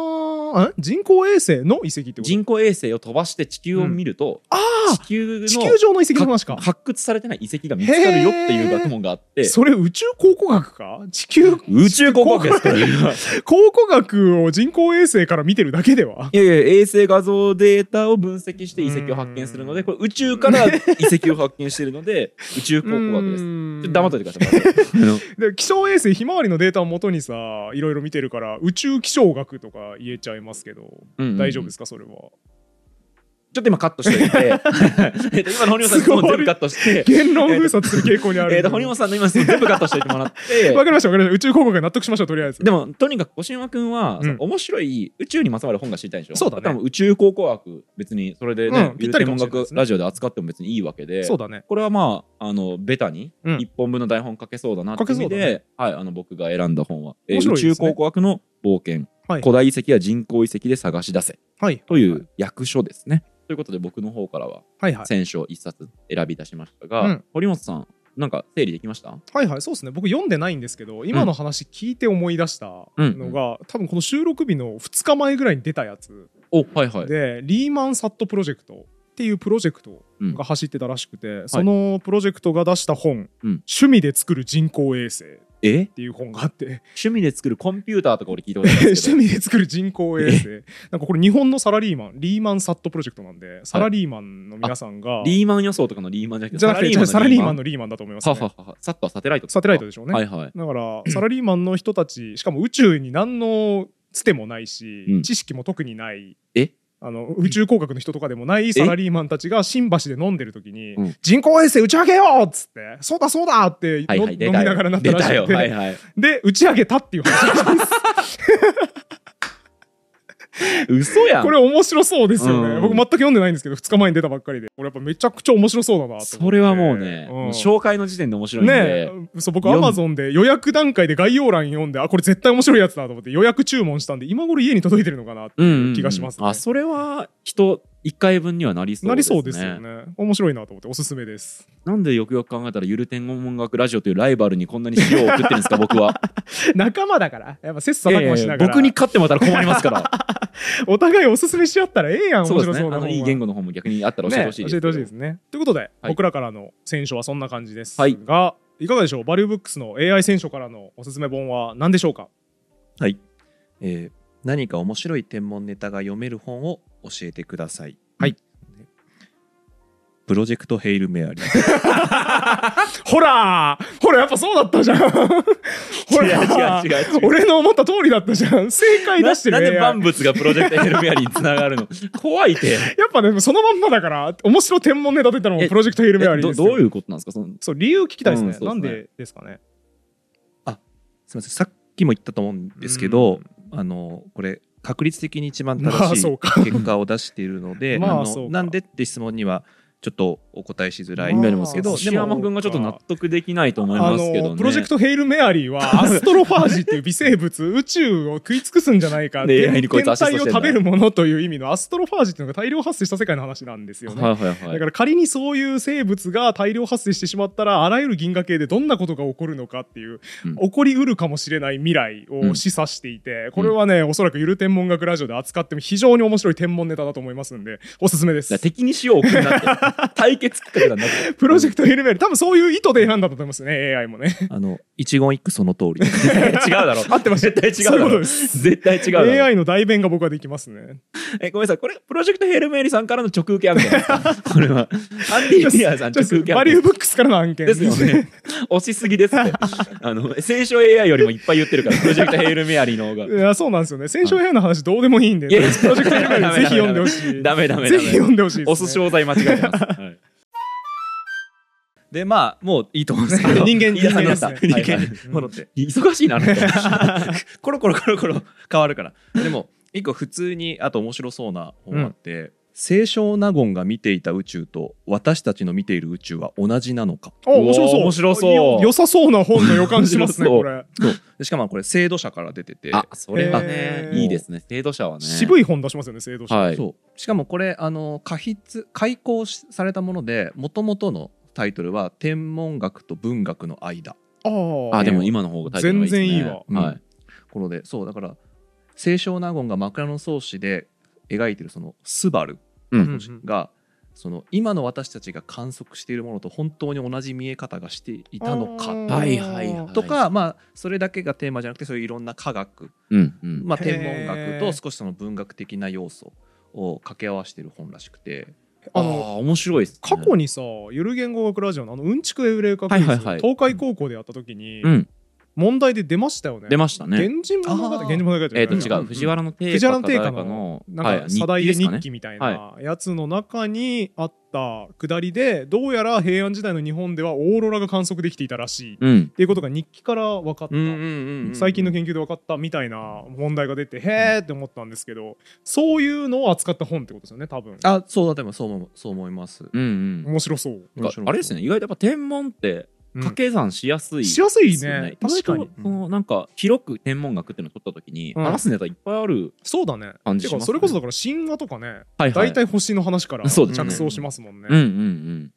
Speaker 1: ーえ人工衛星の遺跡ってこと
Speaker 2: 人工衛星を飛ばして地球を見ると、
Speaker 1: ああ
Speaker 2: 地球の
Speaker 1: 地球上の遺跡の話か。
Speaker 2: 発掘されてない遺跡が見つかるよっていう学問があって
Speaker 1: それ宇宙考古学か地球
Speaker 2: 宇宙考古学ですから
Speaker 1: 考古学を人工衛星から見てるだけではい
Speaker 2: やいや衛星画像データを分析して遺跡を発見するのでこれ宇宙から遺跡を発見している ので宇宙考古学です。ちょっと黙っといてくださいまずあの。
Speaker 1: で気象衛星ひまわりのデータを元にさいろいろ見てるから宇宙気象学とか言えちゃいますけど、
Speaker 2: うんうん
Speaker 1: 大丈夫ですかそれは
Speaker 2: ちょっと今カットしてお いてえっと今の堀本さんのも全部カットして
Speaker 1: 言論封殺する傾向にある
Speaker 2: えっと堀本さんの今の全部カットしておいてもらっ
Speaker 1: わ
Speaker 2: て
Speaker 1: かりましたわかりました宇宙考古学納得しましょうとりあえず
Speaker 2: でもとにかく小島君は
Speaker 1: うん
Speaker 2: その面白い宇宙にまつわる本が知りたいでしょ
Speaker 1: そうだね
Speaker 2: からも宇宙考古学別にそれでね
Speaker 1: うんぴ
Speaker 2: 言
Speaker 1: っ
Speaker 2: う
Speaker 1: たり
Speaker 2: 天
Speaker 1: かもしれない
Speaker 2: 文
Speaker 1: で
Speaker 2: 学
Speaker 1: すね
Speaker 2: ラジオで扱っても別にいいわけで
Speaker 1: そうだね
Speaker 2: これはまあ、あの、ベタに、
Speaker 1: うん
Speaker 2: 一本分の台本書けそうだなって意味
Speaker 1: 書け
Speaker 2: で、
Speaker 1: そうだ
Speaker 2: はい、あの、僕が選んだ本は、えー
Speaker 1: 面白
Speaker 2: 宇
Speaker 1: いですね
Speaker 2: 宙考古学の冒険、
Speaker 1: はい
Speaker 2: 古代遺跡や人工遺跡で探し出せ、
Speaker 1: はい
Speaker 2: という役所ですね。ということで、僕の方からは、
Speaker 1: はいはい
Speaker 2: 選書一冊選び出しましたが、
Speaker 1: うん
Speaker 2: 堀本さん、なんか整理できました
Speaker 1: はいはいそうですね僕読んでないんですけど今の話聞いて思い出したの
Speaker 2: う
Speaker 1: が、
Speaker 2: ん
Speaker 1: 多分この収録日の2日前ぐらいに出たやつ
Speaker 2: お、はいはい。
Speaker 1: でリーマンサットプロジェクトっていうプロジェクト
Speaker 2: うん
Speaker 1: が走ってたらしくて、そのプロジェクトが出した本、
Speaker 2: うん
Speaker 1: 趣味で作る人工衛星」っ
Speaker 2: え
Speaker 1: ていう本があって
Speaker 2: 趣味で作るコンピューターとか俺聞いたことあるんです
Speaker 1: 趣
Speaker 2: け
Speaker 1: 味
Speaker 2: ど。
Speaker 1: で作る人工衛星なんかこれ日本のサラリーマンリーマンサットプロジェクトなんでサラリーマンの皆さんが、
Speaker 2: リーマン予想とかのリーマンじゃなくて、
Speaker 1: じゃなくてサラリーマン
Speaker 2: の
Speaker 1: のリーマンだと思いま
Speaker 2: リ
Speaker 1: す、
Speaker 2: ーマ
Speaker 1: ね
Speaker 2: ン。はははは。サッとはサテライト
Speaker 1: サテライト
Speaker 2: で
Speaker 1: でしょう
Speaker 2: す
Speaker 1: ね、
Speaker 2: ね。はいはい。
Speaker 1: だからサラリーマンの人たちしかも宇宙に何のつてもないし、
Speaker 2: うん
Speaker 1: 知識も特にない
Speaker 2: え
Speaker 1: あの宇宙工学の人とかでもないサラリーマンたちが新橋で飲んでる時に
Speaker 2: うん
Speaker 1: 「人工衛星打ち上げよう!」っつって「そうだそうだ!」っての
Speaker 2: はい
Speaker 1: 飲
Speaker 2: はい、
Speaker 1: み
Speaker 2: 出た
Speaker 1: な
Speaker 2: よ
Speaker 1: がらな。った
Speaker 2: 出
Speaker 1: ら
Speaker 2: た
Speaker 1: しく
Speaker 2: よ。はい
Speaker 1: て
Speaker 2: はい。
Speaker 1: で打ち上げたっていう話
Speaker 2: 嘘やん。
Speaker 1: これ面白そうですよ
Speaker 2: う
Speaker 1: ね
Speaker 2: ん
Speaker 1: 僕全く読んでないんですけど2日前に出たばっかりでこれやっぱめちゃくちゃ面白そうだなと思って
Speaker 2: それはもうね、
Speaker 1: うん
Speaker 2: もう紹介の時点で面白いんで、
Speaker 1: ねえそう僕ア
Speaker 2: 読ん
Speaker 1: マゾンで予約段階で概要欄読んであこれ絶対面白いやつだと思って予約注文したんで今頃家に届いてるのかなって
Speaker 2: うんうんうん
Speaker 1: 気がしますね
Speaker 2: あそれは人1回分にはなりそうですね。
Speaker 1: なりそうですよね面白いなと思っておすすめです
Speaker 2: なんでよくよく考えたらゆる天文音楽ラジオというライバルにこんなに資料を送ってる んですか僕は。
Speaker 1: 仲間だからやっぱ切磋
Speaker 2: い
Speaker 1: 琢
Speaker 2: や
Speaker 1: 磨
Speaker 2: い
Speaker 1: し
Speaker 2: や
Speaker 1: ながら
Speaker 2: 僕に勝ってもらったら困りますから。
Speaker 1: お互いおすすめし合ったらええやん
Speaker 2: そ う
Speaker 1: 面
Speaker 2: です
Speaker 1: 白そ
Speaker 2: ね。
Speaker 1: う
Speaker 2: あ
Speaker 1: な
Speaker 2: のいい言
Speaker 1: 語
Speaker 2: 語の方も逆にあったら教えてほしいです
Speaker 1: 教えて
Speaker 2: けど。
Speaker 1: ほしいですねということで
Speaker 2: はい
Speaker 1: 僕らからの選書はそんな感じです
Speaker 2: はい
Speaker 1: がいかがでしょうバリューブックスの AI 選書からのおすすめ本は何でしょうか
Speaker 3: はい、えー何か面白い天文ネタが読める本を教えてください。
Speaker 1: はい。
Speaker 3: プロジェクトヘイルメアリー。
Speaker 1: ほらーほらやっぱそうだったじゃんほら
Speaker 2: 違う違う違う。
Speaker 1: 俺の思った通りだったじゃん正解出してる
Speaker 2: ななんで
Speaker 1: AI
Speaker 2: 万物がプロジェクトヘルメアリーにつながるの怖いて。
Speaker 1: やっぱねそのまんまだから面白天文ネタといったらもう
Speaker 2: え
Speaker 1: プロジェクトヘイルメアリー
Speaker 2: ど
Speaker 1: です
Speaker 2: ど
Speaker 1: よ
Speaker 2: ういうことなんですかその
Speaker 1: そう理由聞きたいですね,、
Speaker 2: うんそうです
Speaker 1: な
Speaker 2: ね
Speaker 1: んでですかね
Speaker 3: すみません、さっきも言ったと思うんですけど、あのこれ確率的に一番
Speaker 1: まあ
Speaker 3: 正し
Speaker 1: そ
Speaker 3: いう
Speaker 1: か
Speaker 3: 結果を出しているので、
Speaker 1: まあ
Speaker 3: あ
Speaker 1: そう
Speaker 3: の
Speaker 1: か
Speaker 3: なんでって質問にはちょっとお答えしづらい
Speaker 1: まあ。
Speaker 2: なりますけど、
Speaker 1: そう
Speaker 2: 西山君がちょっと納得できないと思い
Speaker 1: あ
Speaker 2: ますけど
Speaker 1: の
Speaker 2: ね。
Speaker 1: プロジェクトヘイルメアリーはアストロファージっていう微生物宇宙を食い尽くすんじゃないか
Speaker 2: ね
Speaker 1: 天
Speaker 2: AI にこい
Speaker 1: 天
Speaker 2: つアシ
Speaker 1: 体を
Speaker 2: ストしてんだ
Speaker 1: 食べるものという意味のアストロファージっていうのが大量発生した世界の話なんですよね、
Speaker 2: はいはいは
Speaker 1: だ
Speaker 2: い
Speaker 1: か。ら仮にそういう生物が大量発生してしまったらあらゆる銀河系でどんなことが起こるのかっていう、
Speaker 2: うん
Speaker 1: 起こりうるかもしれない未来を示唆していて、これはねおそらくゆる天文学ラジオで扱っても非常に面白い天文ネタだと思いますんでおすすめで
Speaker 2: だから
Speaker 1: す
Speaker 2: 敵に塩を送る なって。対決企画だなって。
Speaker 1: プロジェクトヘルメール多分そういう意図で選んだと思いますね AI もね
Speaker 3: あの一言一句その通り。
Speaker 2: 違うだろ。合ってます。絶対 違うだ
Speaker 1: そういうこと
Speaker 2: ろ。
Speaker 1: です
Speaker 2: 絶対違うだろ。
Speaker 1: AI の代弁が僕はできますね
Speaker 2: えごめんなさい、これ、プロジェクトヘルメーリさんからの直受け案件で すかこれは。アンディ・ミアーさん直受け
Speaker 1: バ
Speaker 2: 案
Speaker 1: リュー
Speaker 2: 件
Speaker 1: ブックスからの案件
Speaker 2: ですよね。押しすぎです って。あの、聖書 AI よりもいっぱい言ってるから、プロジェクトヘルメアリーの方が
Speaker 1: い。やそうなんですよね戦勝 AI の話どうでもいいんで、
Speaker 2: いや
Speaker 1: プロジェクトヘルメールぜひ読んでほしい
Speaker 2: ダメダメダメ。
Speaker 1: ぜひ読んでほしいです、ね、
Speaker 2: お寿司お題間違えてます。はい
Speaker 3: でまあもういいと思うんですけど。
Speaker 1: 人間人間ですね
Speaker 3: あの 人間
Speaker 2: はいは
Speaker 3: に
Speaker 2: い
Speaker 3: 戻って。
Speaker 2: 忙しいな、あの人
Speaker 3: コロコロコロコロ変わるからでも一個普通にあと面白そうな本があって、清少納言が見ていた宇宙と私たちの見ている宇宙は同じなのか
Speaker 1: あ面白そう
Speaker 2: おー面白そう
Speaker 1: よ良さそうな本の予感しますね
Speaker 2: 面
Speaker 1: こ
Speaker 2: 白そ
Speaker 1: れ
Speaker 3: でしかもこれ制度者から出てて
Speaker 2: あ、それは
Speaker 1: え
Speaker 2: ね、
Speaker 1: ー
Speaker 2: いいですね。制度者はね。
Speaker 1: 渋
Speaker 2: い。
Speaker 1: い本出しますよね制度者
Speaker 2: はい。
Speaker 3: そうしかもこれあの過筆開講しされたものでもともとのタイトルは「天文学と文学の間
Speaker 1: あー
Speaker 2: あ、でも今の方がタイトルがですね
Speaker 1: 全然いいわ
Speaker 3: うん
Speaker 2: はい。」
Speaker 3: このでそうだから清少納言が枕草子で描いてるその「スバル
Speaker 2: う
Speaker 1: うん
Speaker 2: ん。
Speaker 3: がその今の私たちが観測しているものと本当に同じ見え方がしていたの
Speaker 1: あ
Speaker 3: か
Speaker 1: ー
Speaker 2: はいはいはい。
Speaker 3: とか、、まあ、それだけがテーマじゃなくてそういういろんな科学、
Speaker 2: うんうん。
Speaker 3: まあ、
Speaker 1: へー
Speaker 3: 天文学と少しその文学的な要素を掛け合わせてる本らしくて
Speaker 1: あ
Speaker 2: あ
Speaker 1: の
Speaker 2: の、面白いですね。
Speaker 1: 過去にさゆる言語学ラジオのあのうんちくエウレカクイズ、
Speaker 2: はいはいはい
Speaker 1: 東海高校でやった時に
Speaker 2: うん、
Speaker 1: 問題で出ましたよね
Speaker 2: 出ましたね。
Speaker 1: 源氏物語
Speaker 3: あー
Speaker 1: 源氏物語じゃない
Speaker 2: えっと、
Speaker 1: うん
Speaker 2: 違う。藤原の定
Speaker 1: 藤原の定
Speaker 2: 家
Speaker 1: 家
Speaker 2: か
Speaker 1: の
Speaker 2: の、
Speaker 1: なんか
Speaker 2: い
Speaker 1: サダイエ
Speaker 2: ですか
Speaker 1: 日
Speaker 2: ね
Speaker 1: 記みたいなやつの中にあったくだりでどうやら平安時代の日本ではオーロラが観測できていたらしいっ
Speaker 2: うん。
Speaker 1: ていうことが日記から分かった最近の研究で分かったみたいな問題が出てへーって思ったんですけどそういうのを扱った本ってことですよね多分
Speaker 3: あそうだでもそう思うそう思います。
Speaker 2: うんうん。
Speaker 1: 面白そう
Speaker 2: なんかあれですね、意外とやっぱ天文って
Speaker 1: うん
Speaker 2: 掛け算しやすい
Speaker 1: しやすい
Speaker 2: ですよ
Speaker 1: ね確かに
Speaker 2: 意外とそのなんか広く天文学っていうのを取った時に
Speaker 1: うん
Speaker 2: 話すネタいっぱいある。
Speaker 1: そうだね
Speaker 2: 感じ
Speaker 1: て
Speaker 2: しま
Speaker 1: か
Speaker 2: すね
Speaker 1: それこそだから神話とかね
Speaker 2: はいはい。
Speaker 1: 大体星の話から
Speaker 2: そうです
Speaker 3: ね
Speaker 1: 着想しますもんね
Speaker 2: うんうんうん。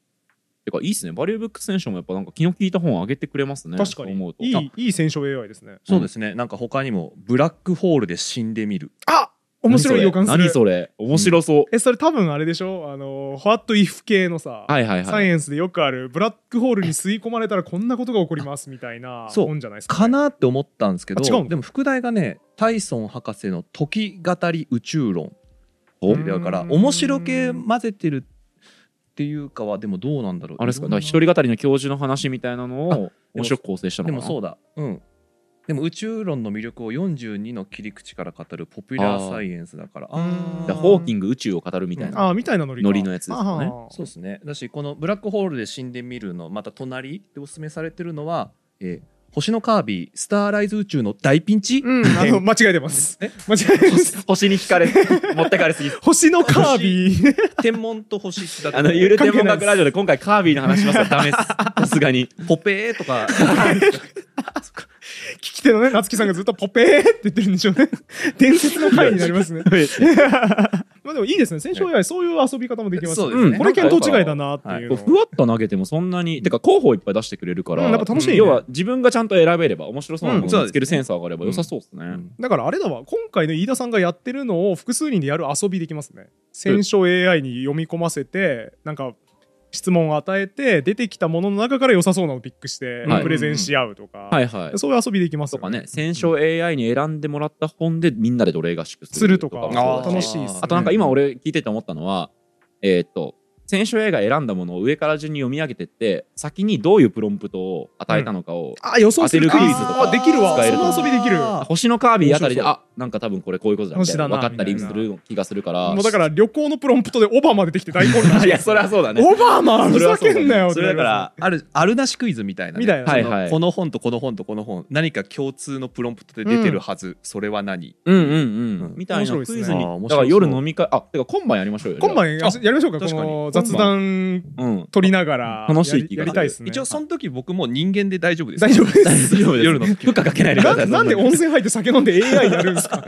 Speaker 2: てかいいっすね。バリューブックス選手もやっぱなんか気の利いた本を上げてくれますね。
Speaker 1: 確か
Speaker 2: そう思う
Speaker 1: に
Speaker 2: と。
Speaker 1: い
Speaker 2: あ
Speaker 1: いいい戦勝 AI ですね
Speaker 3: そうですね、なんか他にもブラックホールで死んでみる
Speaker 1: あ面白い予感す
Speaker 2: 何
Speaker 1: る
Speaker 2: それ面白そう。
Speaker 1: えそれ多分あれでしょあの「What if」系のさ
Speaker 2: はいはい
Speaker 1: サ
Speaker 2: は
Speaker 1: イ
Speaker 2: い。
Speaker 1: エンスでよくあるブラックホールに吸い込まれたらこんなことが起こりますみたいな
Speaker 3: そう
Speaker 1: 本じゃないですかね
Speaker 3: かなって思ったんですけど
Speaker 1: あ違うの
Speaker 3: でも副題がねタイソン博士の「時語り宇宙論」
Speaker 2: お
Speaker 3: だから
Speaker 1: うん
Speaker 3: 面白系混ぜてるっていうかはでもどうなんだろう
Speaker 2: あれですか、
Speaker 1: う
Speaker 2: だ
Speaker 1: ん
Speaker 2: から一人語りの教授の話みたいなのを面白く構成したの
Speaker 3: で
Speaker 2: かな。
Speaker 3: もそうだうんでも宇宙論の魅力を42の切り口から語るポピュラーサイエンスだから
Speaker 1: あ
Speaker 3: あ
Speaker 1: ー
Speaker 2: だ
Speaker 3: ー
Speaker 2: からホーキング宇宙を語るみたいな。
Speaker 1: ああみたいなノリか
Speaker 2: ノリのやつですよね
Speaker 1: ああ
Speaker 3: そうですねだしこの「ブラックホールで死んでみる」のまた隣でおすすめされてるのは、えー星のカービィスターライズ宇宙の大ピン チ」
Speaker 1: うん、あの間違えてます。間違えてます。
Speaker 2: 星星に惹かれ持ってかれすぎ
Speaker 1: 星のカービィ。
Speaker 3: 天文と星だっ て
Speaker 2: あのゆる天文学ラジオで今回カービィの話しますからダメですさすがに
Speaker 3: ポペーとか
Speaker 1: 聞き手のね、夏木さんがずっとポペーって言ってるんでしょうね。伝説の回になりますね。まあでもいいですね戦勝 AI そういう遊び方もできますね
Speaker 3: そうです
Speaker 2: う
Speaker 3: ね
Speaker 2: ん
Speaker 1: これ見当違いだなっていうのを
Speaker 2: ふわっと投げてもそんなにてか候補いっぱい出してくれるから、
Speaker 1: うんやっぱ楽しいね
Speaker 2: 要は自分がちゃんと選べれば面白そうなものを見つけるセンサーがあれば
Speaker 3: うん
Speaker 2: 良さそうですね、
Speaker 3: うん
Speaker 1: だからあれだわ今回の飯田さんがやってるのを複数人でやる遊びできますね戦勝 AI に読み込ませてなんか質問を与えて出てきたものの中から良さそうなのをピックして
Speaker 2: はい
Speaker 1: プレゼンし合うとか、
Speaker 2: はいはい
Speaker 1: そういう遊びできます
Speaker 2: と
Speaker 1: よ
Speaker 2: かね戦勝 AI に選んでもらった本でみんなで奴隷合宿
Speaker 1: するとか
Speaker 2: も
Speaker 3: あ
Speaker 2: そう
Speaker 3: ー
Speaker 2: だし
Speaker 1: 楽しいです、ね、
Speaker 2: あとなんか今俺聞いてて思ったのは、えーっと選手 A が選んだものを上から順に読み上げてって先にどういうプロンプトを与えたのかを、
Speaker 1: あ予想する
Speaker 2: 当てるクイズとか
Speaker 1: あできるわ
Speaker 2: 使えると
Speaker 1: その遊びできる
Speaker 3: あ
Speaker 2: 星のカービィあたりで
Speaker 3: 面白そう
Speaker 2: あなんか多分これこういうことだみたいな
Speaker 1: 星だな
Speaker 2: 分かったり
Speaker 1: みたい
Speaker 2: す
Speaker 1: な
Speaker 2: る気がするから
Speaker 1: もうだから旅行のプロンプトでオバマ出てきて大混乱
Speaker 2: いやそれはそうだね
Speaker 1: オバマふざけんなよ
Speaker 3: それだからあるあるなしクイズみたいなね
Speaker 1: みたいな
Speaker 2: はい
Speaker 3: その
Speaker 2: はい
Speaker 3: この本とこの本とこの本何か共通のプロンプトで出てるはず、それは何
Speaker 2: うんうんうん、
Speaker 3: うん
Speaker 2: みたいなクイ
Speaker 1: 面白いで
Speaker 2: ズ
Speaker 1: す
Speaker 2: に、
Speaker 1: ね
Speaker 3: あー面白そう
Speaker 2: だから夜飲み会あてか今晩やりましょうよじゃあ
Speaker 1: 今晩や
Speaker 3: あ
Speaker 1: りましょうか
Speaker 3: 確か
Speaker 1: こ
Speaker 3: に
Speaker 1: の雑談
Speaker 2: うん
Speaker 1: 取りながら
Speaker 2: 楽しい気
Speaker 1: やりやり
Speaker 2: が
Speaker 1: たいですね
Speaker 3: 一応その時僕も人間で大丈夫です
Speaker 1: 大丈夫です
Speaker 2: 大丈夫です
Speaker 3: 夜の
Speaker 2: 負荷かけないでくださ
Speaker 1: ないなんで温泉入って酒飲んで AI やるんです か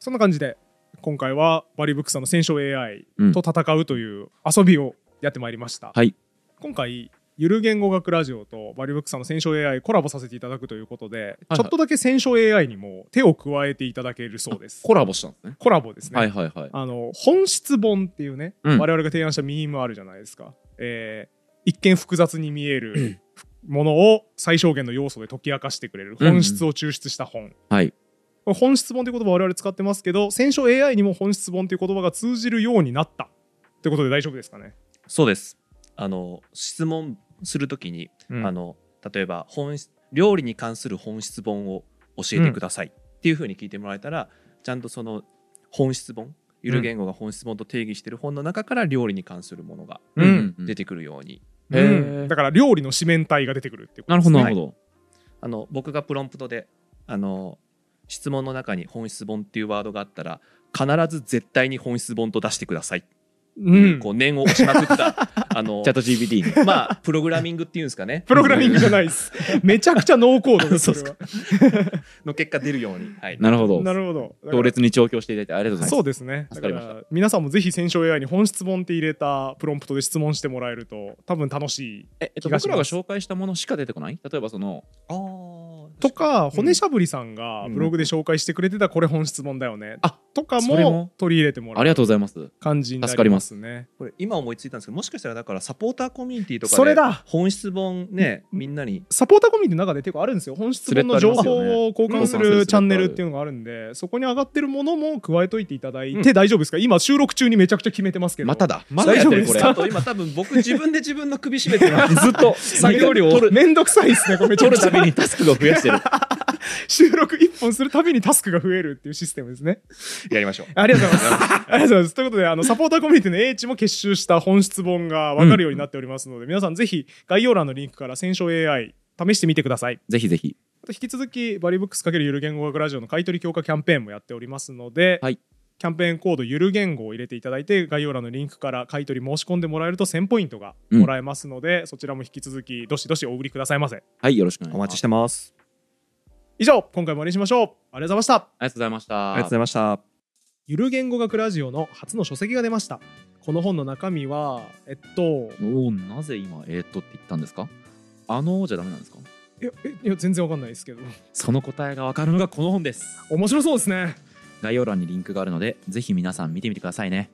Speaker 1: そんな感じで今回はバリブックさんの戦勝 AI
Speaker 2: うん
Speaker 1: と戦うという遊びをやってまいりました、
Speaker 2: はい
Speaker 1: 今回ゆる言語学ラジオとバリブックさんの戦勝 AI コラボさせていただくということで、
Speaker 2: はい
Speaker 1: ちょっとだけ戦勝 AI にも手を加えていただけるそうです
Speaker 2: コラボしたんですね
Speaker 1: コラボですね、
Speaker 2: はいはいはい
Speaker 1: あの本質本っていうね、
Speaker 2: うん
Speaker 1: 我々が提案したミームあるじゃないですか、えー一見複雑に見えるものを最小限の要素で解き明かしてくれる
Speaker 2: うんうん
Speaker 1: 本質を抽出した本、
Speaker 2: はい
Speaker 1: これ本質本という言葉を我々使ってますけど戦書 AI にも本質本という言葉が通じるようになったってことで大丈夫ですかね、
Speaker 3: そうですあの質問する時に、
Speaker 1: うん
Speaker 3: あの例えば本質料理に関する本質本を教えてくださいっていうふうに聞いてもらえたら、ちゃんとその本質本ゆる言語が本質本と定義してる本の中から料理に関するものが
Speaker 1: うん
Speaker 3: 出てくるように、
Speaker 2: へー
Speaker 1: うんだから料理の四面体が出てくるっていうこ
Speaker 2: な
Speaker 1: と
Speaker 2: る
Speaker 1: で
Speaker 2: ほ
Speaker 1: すね
Speaker 2: どなるほど
Speaker 3: あの僕がプロンプトであの質問の中に本質本っていうワードがあったら必ず絶対に本質本と出してくださいって
Speaker 1: う
Speaker 3: いうんこう念を押しまくった あの
Speaker 2: チャット GPT に
Speaker 3: まあプログラミングっていうんですかね
Speaker 1: プログラミングじゃないで すめちゃくちゃノーコードですそれは
Speaker 3: の結果出るように、はい、
Speaker 2: なるほど
Speaker 1: なるほどだから
Speaker 2: 強烈に調教していただいてありがとうござい
Speaker 1: そ
Speaker 2: ま
Speaker 1: うですね。だか
Speaker 2: 助かりました
Speaker 1: ら皆さんもぜひ戦勝 AI に本質本って入れたプロンプトで質問してもらえると多分楽しい
Speaker 2: すええっと
Speaker 1: 気がし
Speaker 2: 僕らが
Speaker 1: ます
Speaker 2: 紹介したものしか出てこない例えばその
Speaker 3: あ
Speaker 1: とか骨しゃぶりさんがブログで紹介してくれてたこれ本質本だよね
Speaker 2: あ
Speaker 1: とか
Speaker 2: それ
Speaker 1: も
Speaker 2: も
Speaker 1: 取り入れても
Speaker 2: あ
Speaker 1: ら
Speaker 2: り
Speaker 1: う
Speaker 2: がとうございます
Speaker 1: 感じになりますね。
Speaker 3: これ今思いついたんですけどもしかしたらだからサポーターコミュニティとかで
Speaker 1: それだ
Speaker 3: 本質本ねみんなに
Speaker 1: サポーターコミュニティの中で結構あるんですよ本質本の
Speaker 2: スレ
Speaker 1: 情
Speaker 2: ッドありますよね
Speaker 1: 報を交換す
Speaker 2: うん
Speaker 1: るチャンネルっていうのがあるんでそこに上がってるものも加えといていただいて
Speaker 3: う
Speaker 1: 大丈夫ですか今収録中にめちゃくちゃ決めてますけど
Speaker 2: まただまだ
Speaker 3: 大
Speaker 2: や
Speaker 3: 丈
Speaker 2: ってる
Speaker 3: 夫で
Speaker 2: こ
Speaker 3: す
Speaker 2: れ
Speaker 3: かあと今多分僕自分で自分の首絞めて ます
Speaker 2: ずっと 作業 量を
Speaker 1: めんどくさいですねこれめちゃ
Speaker 2: 取
Speaker 1: く
Speaker 2: る
Speaker 1: ち
Speaker 2: た
Speaker 1: ゃ
Speaker 2: びにタスクが増やしてる
Speaker 1: 収録1本するたびにタスクが増えるっていうシステムですね。
Speaker 3: やりましょう
Speaker 1: ありがとうございます。ありがとうございます。ということで、あの、サポーターコミュニティの英知も結集した本質本が分かるようになっておりますので、皆さんぜひ概要欄のリンクから戦勝 AI 試してみてください。
Speaker 2: ぜひぜひ
Speaker 1: あと引き続き、バリブックス×ゆる言語学ラジオの買い取り強化キャンペーンもやっておりますので、
Speaker 2: はい
Speaker 1: キャンペーンコードゆる言語を入れていただいて、概要欄のリンクから買い取り申し込んでもらえると1000ポイントがもらえますので、そちらも引き続き、どしどしお売りくださいませ。
Speaker 2: はいよろしくお願いし
Speaker 3: お
Speaker 2: ます
Speaker 3: 待ちしてます
Speaker 1: 以上、今回も終わりにしましょう。ありがとうございました。
Speaker 2: ありがとうございました
Speaker 3: ありがとうございました
Speaker 1: ゆる言語学ラジオの初の書籍が出ました。この本の中身は、えっと、
Speaker 2: おおなぜ今えー、っとって言ったんですかあのーじゃダメなんですか
Speaker 1: いやえいや全然わかんないですけど
Speaker 2: その答えがわかるのがこの本です
Speaker 1: 面白そうですね
Speaker 2: 概要欄にリンクがあるのでぜひ皆さん見てみてくださいね